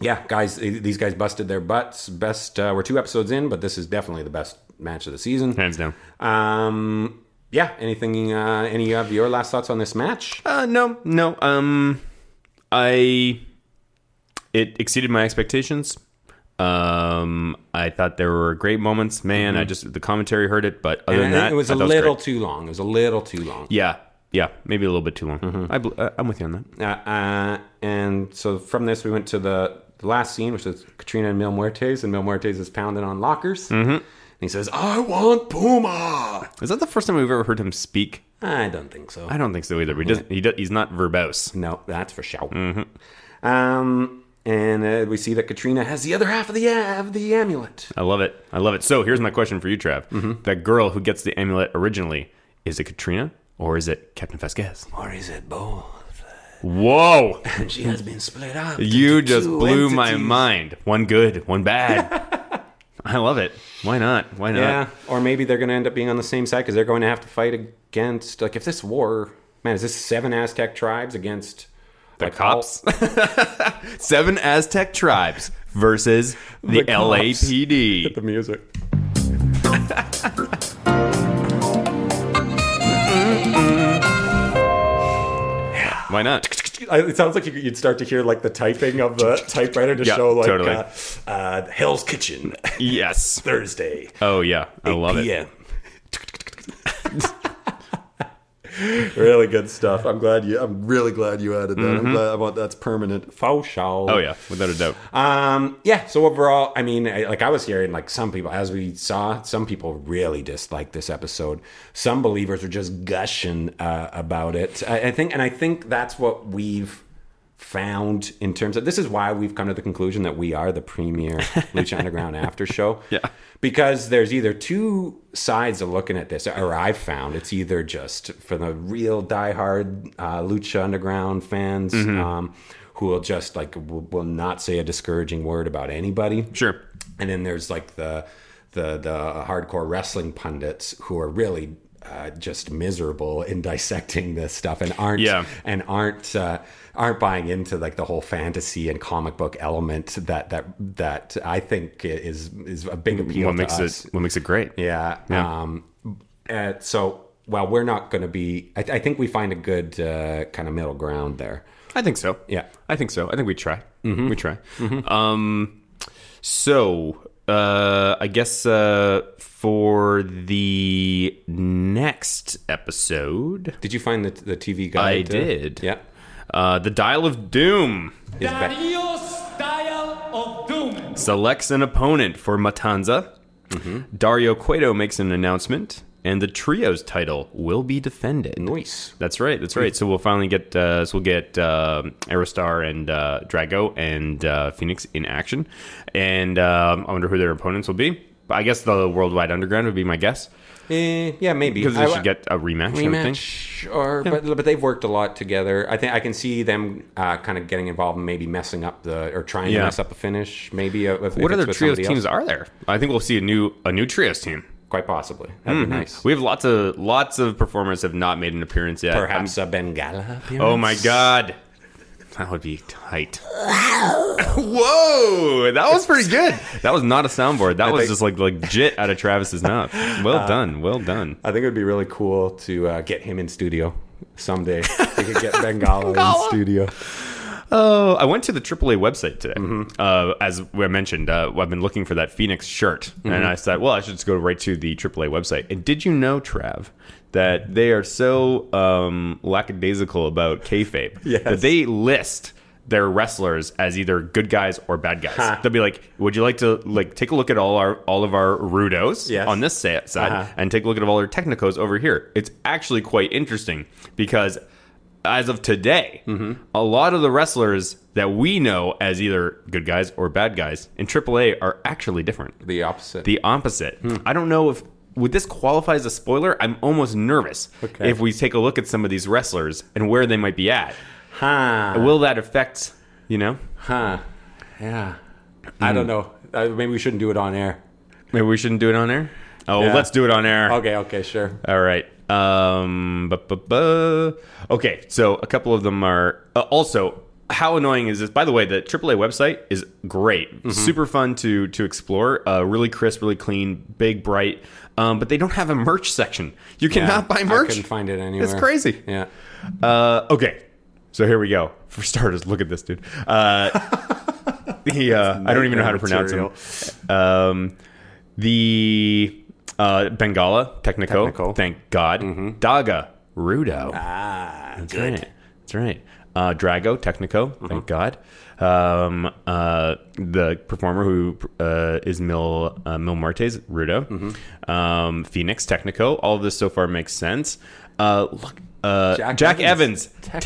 yeah, guys, th- these guys busted their butts. Best. Uh, we're two episodes in, but this is definitely the best match of the season, hands down. Um, yeah. Anything? Uh, any of your last thoughts on this match? Uh, no, no. Um, I it exceeded my expectations. Um, I thought there were great moments. Man, I just the commentary hurt it, but other And than that, it was I a thought Mm-hmm. it little great. too long. It was a little too long. yeah, yeah, maybe a little bit too long. I bl- uh, I'm with you on that. Uh, uh, and so from this, we went to the, the last scene, which is Katrina and Mil Muertes, and Mil Muertes is pounding on lockers. Mm-hmm. And he says, I want Puma. Is that the first time we've ever heard him speak? I don't think so. I don't think so either. He doesn't. He do, he's not verbose. No, that's for sure. Mm-hmm. Um, and uh, we see that Katrina has the other half of the, of the amulet. I love it. I love it. So here's my question for you, Trav. That girl who gets the amulet originally is it Katrina or is it Captain Vasquez? Or is it both? Whoa! And she has been split up. You into just two blew my entities. mind. One good, one bad. I love it. Why not? Why not? Yeah, Uh, or maybe they're going to end up being on the same side because they're going to have to fight against like if this war, man, is this seven Aztec tribes against The cops. Seven Aztec tribes versus the, The cops. LAPD. the music? Why not? I- It sounds like you- you'd start to hear like the typing of the typewriter to Yeah, show like totally. uh, uh, Hell's Kitchen Yes. Thursday. Oh yeah, I 8 love it. PM. really good stuff. I'm glad you. I'm really glad you added that. Mhm. I'm glad I want that's permanent. Faux show. Oh yeah, without a doubt. Um, yeah. So overall, I mean, I, like I was hearing, like some people, as we saw, some people really disliked this episode. Some believers were just gushing uh, about it. I, I think, and I think that's what we've found in terms of this is why we've come to the conclusion that we are the premier Lucha Underground after show. Yeah. Because there's either two sides of looking at this, or I've found it's either just for the real diehard uh, Lucha Underground fans. Mhm. Um, who will just like will, will not say a discouraging word about anybody. Sure. And then there's like the the the hardcore wrestling pundits who are really uh, just miserable in dissecting this stuff and aren't Yeah. and aren't uh, aren't buying into like the whole fantasy and comic book element that that that I think is is a big appeal. Mm, What to makes us. it? What makes it great? Yeah. Yeah. Um, and so well, we're not going to be. I, I think we find a good uh, kind of middle ground there. I think so. Yeah, I think so. I think we try. Mhm. We try. Mhm. Um, so uh, I guess uh, for the next episode, did you find the the TV I guide? uh, did. yeah, Uh, the Dial of Doom is back. Dario's Dial of Doom. Selects an opponent for Matanza. Mm-hmm. Dario Cueto makes an announcement, and the trio's title will be defended. nice. That's right. That's right. So we'll finally get uh, so we'll get uh, Aerostar and uh, Drago and uh, Phoenix in action, and um, I wonder who their opponents will be. But I guess the Worldwide Underground would be my guess Eh, yeah, maybe because they I- should get a rematch. I would think. rematch or but, but they've worked a lot together. I think I can see them uh, kind of getting involved and maybe messing up the or trying Yeah. to mess up a finish. Maybe uh, if, if What it's other with trios somebody teams else. are there? I think we'll see a new a new trios team. Quite possibly, that'd be nice. Mm-hmm. We have lots of lots of performers have not made an appearance yet. Perhaps uh, a Bengala. I'm- oh my god, that would be tight. Whoa, that was pretty good. That was not a soundboard. That was think- Uh, just like legit out of Travis's mouth. Well done. Well done. I think it would be really cool to uh, get him in studio someday. We could get Bengala, in studio. Oh, I went to the AAA website today. Mm-hmm. Uh, as we mentioned, uh, I've been looking for that Phoenix shirt, Mm-hmm. and I said, "Well, I should just go right to the AAA website." And did you know, Trav, that they are so um, lackadaisical about kayfabe Yes. that they list their wrestlers as either good guys or bad guys. They'll be like, "Would you like to like take a look at all our all of our rudos Yes. on this sa- side Uh-huh. and take a look at all our technicos over here?" It's actually quite interesting because as of today, a lot of the wrestlers that we know as either good guys or bad guys in AAA are actually different. The opposite. The opposite. I don't know if would this qualify as a spoiler. I'm almost nervous Okay. if we take a look at some of these wrestlers and where they might be at. huh? Will that affect? You know, huh? Yeah. I Hmm. don't know. Uh, maybe we shouldn't do it on air. maybe we shouldn't do it on air. Oh, Yeah. let's do it on air. Okay. Okay. Sure. All right. Um. bu- bu- bu- Okay. So a couple of them are uh, also. How annoying is this? By the way, the AAA website is great, Mm-hmm. super fun to to explore. Uh, really crisp, really clean, big, bright. Um, but they don't have a merch section. You cannot buy merch. I couldn't find it anywhere. It's crazy. Yeah. Uh, okay, so here we go. For starters, look at this dude. Uh, the uh, I don't even know how to pronounce material. him. Um, the uh, Bengala Technico, Technico. Mm-hmm. Thank God. Daga Rudo. Ah. That's right. That's right. Uh, Drago Technico. Thank God. Um, uh, the performer who uh, is Mil uh, Mil Martes Rudo. Um, Phoenix Technico. All of this so far makes sense. Uh, look. Uh, Jack Jack, Evans. Evans,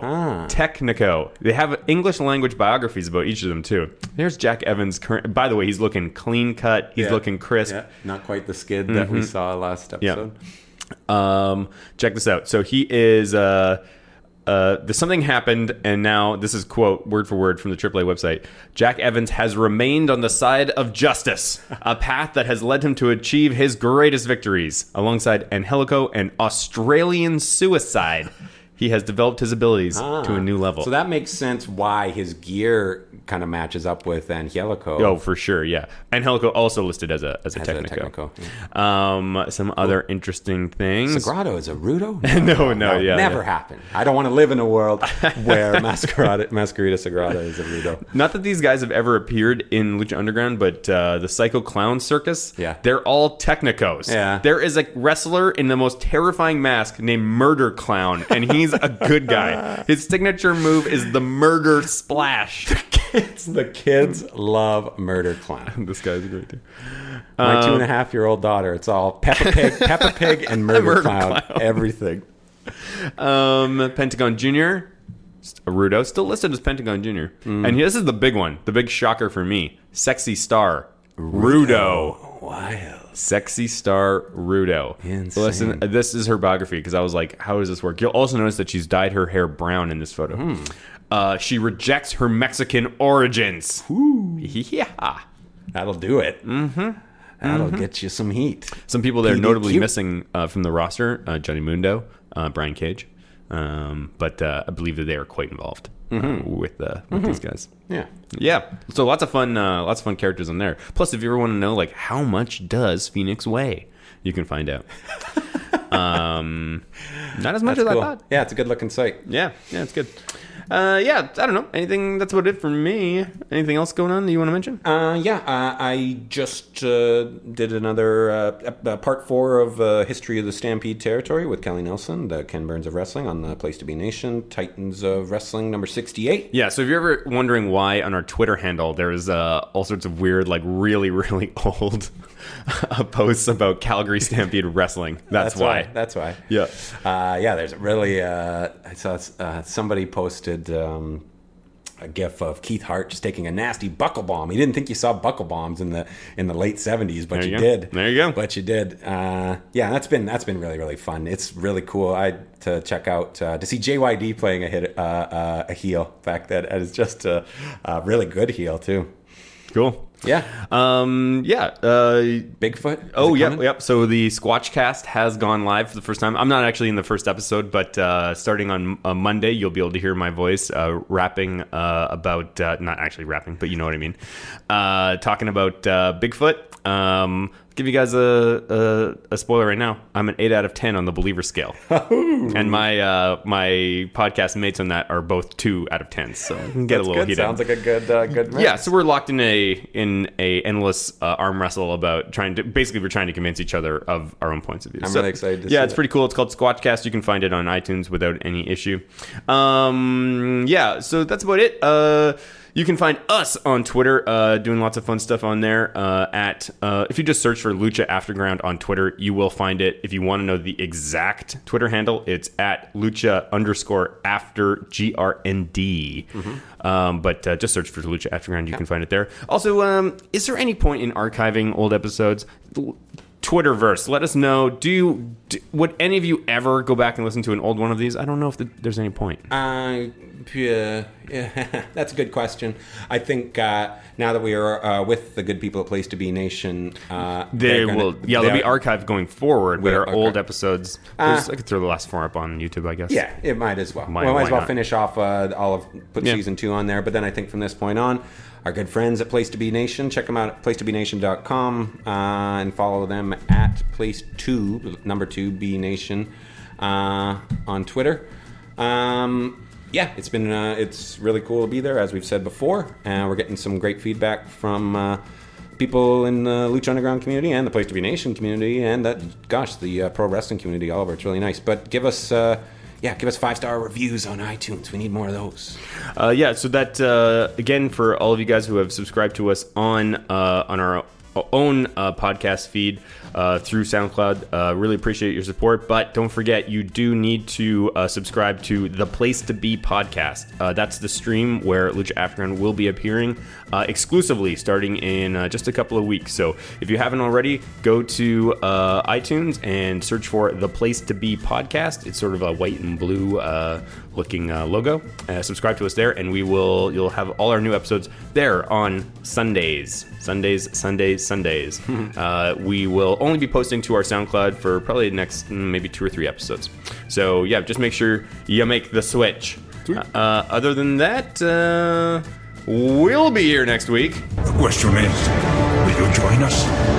Technico, Ah. Technico. They have English language biographies about each of them too. There's Jack Evans. Current, by the way, he's looking clean cut. He's Yeah. looking crisp. Yeah. Not quite the skid that we saw last episode. Um, check this out. So he is. Uh, uh, there's something happened, and now this is quote word for word from the AAA website. Jack Evans has remained on the side of justice, a path that has led him to achieve his greatest victories. Alongside Angelico and Australian suicide, he has developed his abilities to a new level. Ah. So that makes sense why his gear kind of matches up with Angelico. Oh, for sure, yeah. Angelico also listed as a as a As a technico. Technico, Um, some other interesting things. Sagrado is a Rudo? No, no, yeah, Never yeah. happened. I don't want to live in a world where Masquerada, Masquerita Sagrada is a Rudo. Not that these guys have ever appeared in Lucha Underground, but uh, the Psycho Clown Circus, Yeah. they're all technicos. Yeah. There is a wrestler in the most terrifying mask named Murder Clown, and he's a good guy. His signature move is the Murder Splash. It's the kids love Murder Clown. this guy's great too. My two and a half year old daughter. It's all Peppa Pig, Peppa Pig, and Murder, Murder Clown. Clown. Everything. Um, Pentagon Junior, Rudo, still listed as Pentagon Junior, Mm. and this is the big one, the big shocker for me. Sexy Star Rudo. Wild. Sexy Star Rudo. Insane. Listen, this is her biography because I was like, how does this work? You'll also notice that she's dyed her hair brown in this photo. Hmm. Uh, she rejects her Mexican origins. Yeah. That'll do it. Mm-hmm. That'll get you some heat. Some people that are PDQ. notably missing uh, from the roster uh, Johnny Mundo, uh, Brian Cage. Um, but uh, I believe that they are quite involved uh, with, uh, with these guys. Mm-hmm. Yeah. Yeah, so lots of fun, uh, lots of fun characters in there. Plus, if you ever want to know, like, how much does Phoenix weigh? you can find out. um, not as much That's as cool. I thought. Yeah, it's a good looking site. Yeah, yeah, it's good. Uh, yeah, I don't know. Anything? That's about it for me. Anything else going on that you want to mention? Uh, yeah, uh, I just uh, did another uh, ep- uh, part four of uh, History of the Stampede Territory with Kelly Nelson, the Ken Burns of Wrestling on the Place to Be Nation, Titans of Wrestling number 68. Yeah, so if you're ever wondering why on our Twitter handle there's uh, all sorts of weird, like really, really old uh, posts about Calgary Stampede wrestling, that's, why. That's why. Yeah. Uh, yeah, there's really. Uh, I saw uh, somebody posted um, a GIF of Keith Hart just taking a nasty buckle bomb. He didn't think you saw buckle bombs in the in the late '70s, but There you, you go. did. There you go. But you did. Uh, yeah, that's been that's been really really fun. It's really cool. I to check out uh, to see JYD playing a hit uh, uh, a heel back then. That is just a, a really good heel too. Cool. Yeah. Um, yeah. Uh, Bigfoot. Is oh, it yep, coming? yep. So the Squatchcast has gone live for the first time. I'm not actually in the first episode, but uh, starting on uh, Monday, you'll be able to hear my voice uh, rapping uh, about, uh, not actually rapping, but you know what I mean, uh, talking about uh, Bigfoot. Um, give you guys a, a, a spoiler right now. I'm an 8 out of 10 on the believer scale. and my uh, my podcast mates on that are both 2 out of 10. So get a That's little good. heated. Sounds like a good uh, good. mix. Yeah, so we're locked in a in a endless uh, arm wrestle about trying to basically we're trying to convince each other of our own points of view. I'm So, really excited to yeah, see it's it. pretty cool. It's called Squatchcast. You can find it on iTunes without any issue. Um, yeah, so that's about it. Uh, you can find us on Twitter, uh, doing lots of fun stuff on there. Uh, at uh, if you just search for Lucha Afterground on Twitter, you will find it. If you want to know the exact Twitter handle, it's at Lucha underscore after grnd. Mm-hmm. Um, but uh, just search for Lucha Afterground, you can find it there. Also, um, is there any point in archiving old episodes? Twitterverse, let us know. Do you do, would any of you ever go back and listen to an old one of these? I don't know if the, there's any point. Uh, yeah, yeah, that's a good question. I think uh, now that we are uh, with the good people at Place to Be Nation, uh, They they're gonna- will, yeah, they'll they're- be archived going forward. But We'll our old archive. episodes, Uh, There's- I could throw the last four up on YouTube, I guess. Yeah, it might as well. Might- we might why as well not? finish off. Uh, I'll have put Yeah. season two on there, but then I think from this point on, our good friends at Place to Be Nation, check them out at placetobenation.com uh, and follow them at place two number two B Nation uh, on Twitter. Um, yeah, it's been uh, it's really cool to be there, as we've said before, and we're getting some great feedback from. Uh, People in the Lucha Underground community and the Place to Be Nation community, and that, gosh, the uh, pro wrestling community all over. It's really nice. But give us uh, yeah, give us five star reviews on iTunes. We need more of those. Uh, yeah, so that uh, again for all of you guys who have subscribed to us on uh, on our own uh, podcast feed uh, through SoundCloud. Uh, really appreciate your support, but don't forget you do need to uh, subscribe to the Place to Be podcast. Uh, that's the stream where Lucha Afterground will be appearing uh, exclusively starting in uh, just a couple of weeks. So if you haven't already, go to uh, iTunes and search for the Place to Be podcast. It's sort of a white and blue uh, looking uh, logo. Uh, subscribe to us there, and we will. You'll have all our new episodes there on Sundays, Sundays, Sundays, Sundays. uh, we will only be posting to our SoundCloud for probably the next mm, maybe two or three episodes. So yeah, just make sure you make the switch. Uh, other than that, uh, we'll be here next week. The question is, will you join us?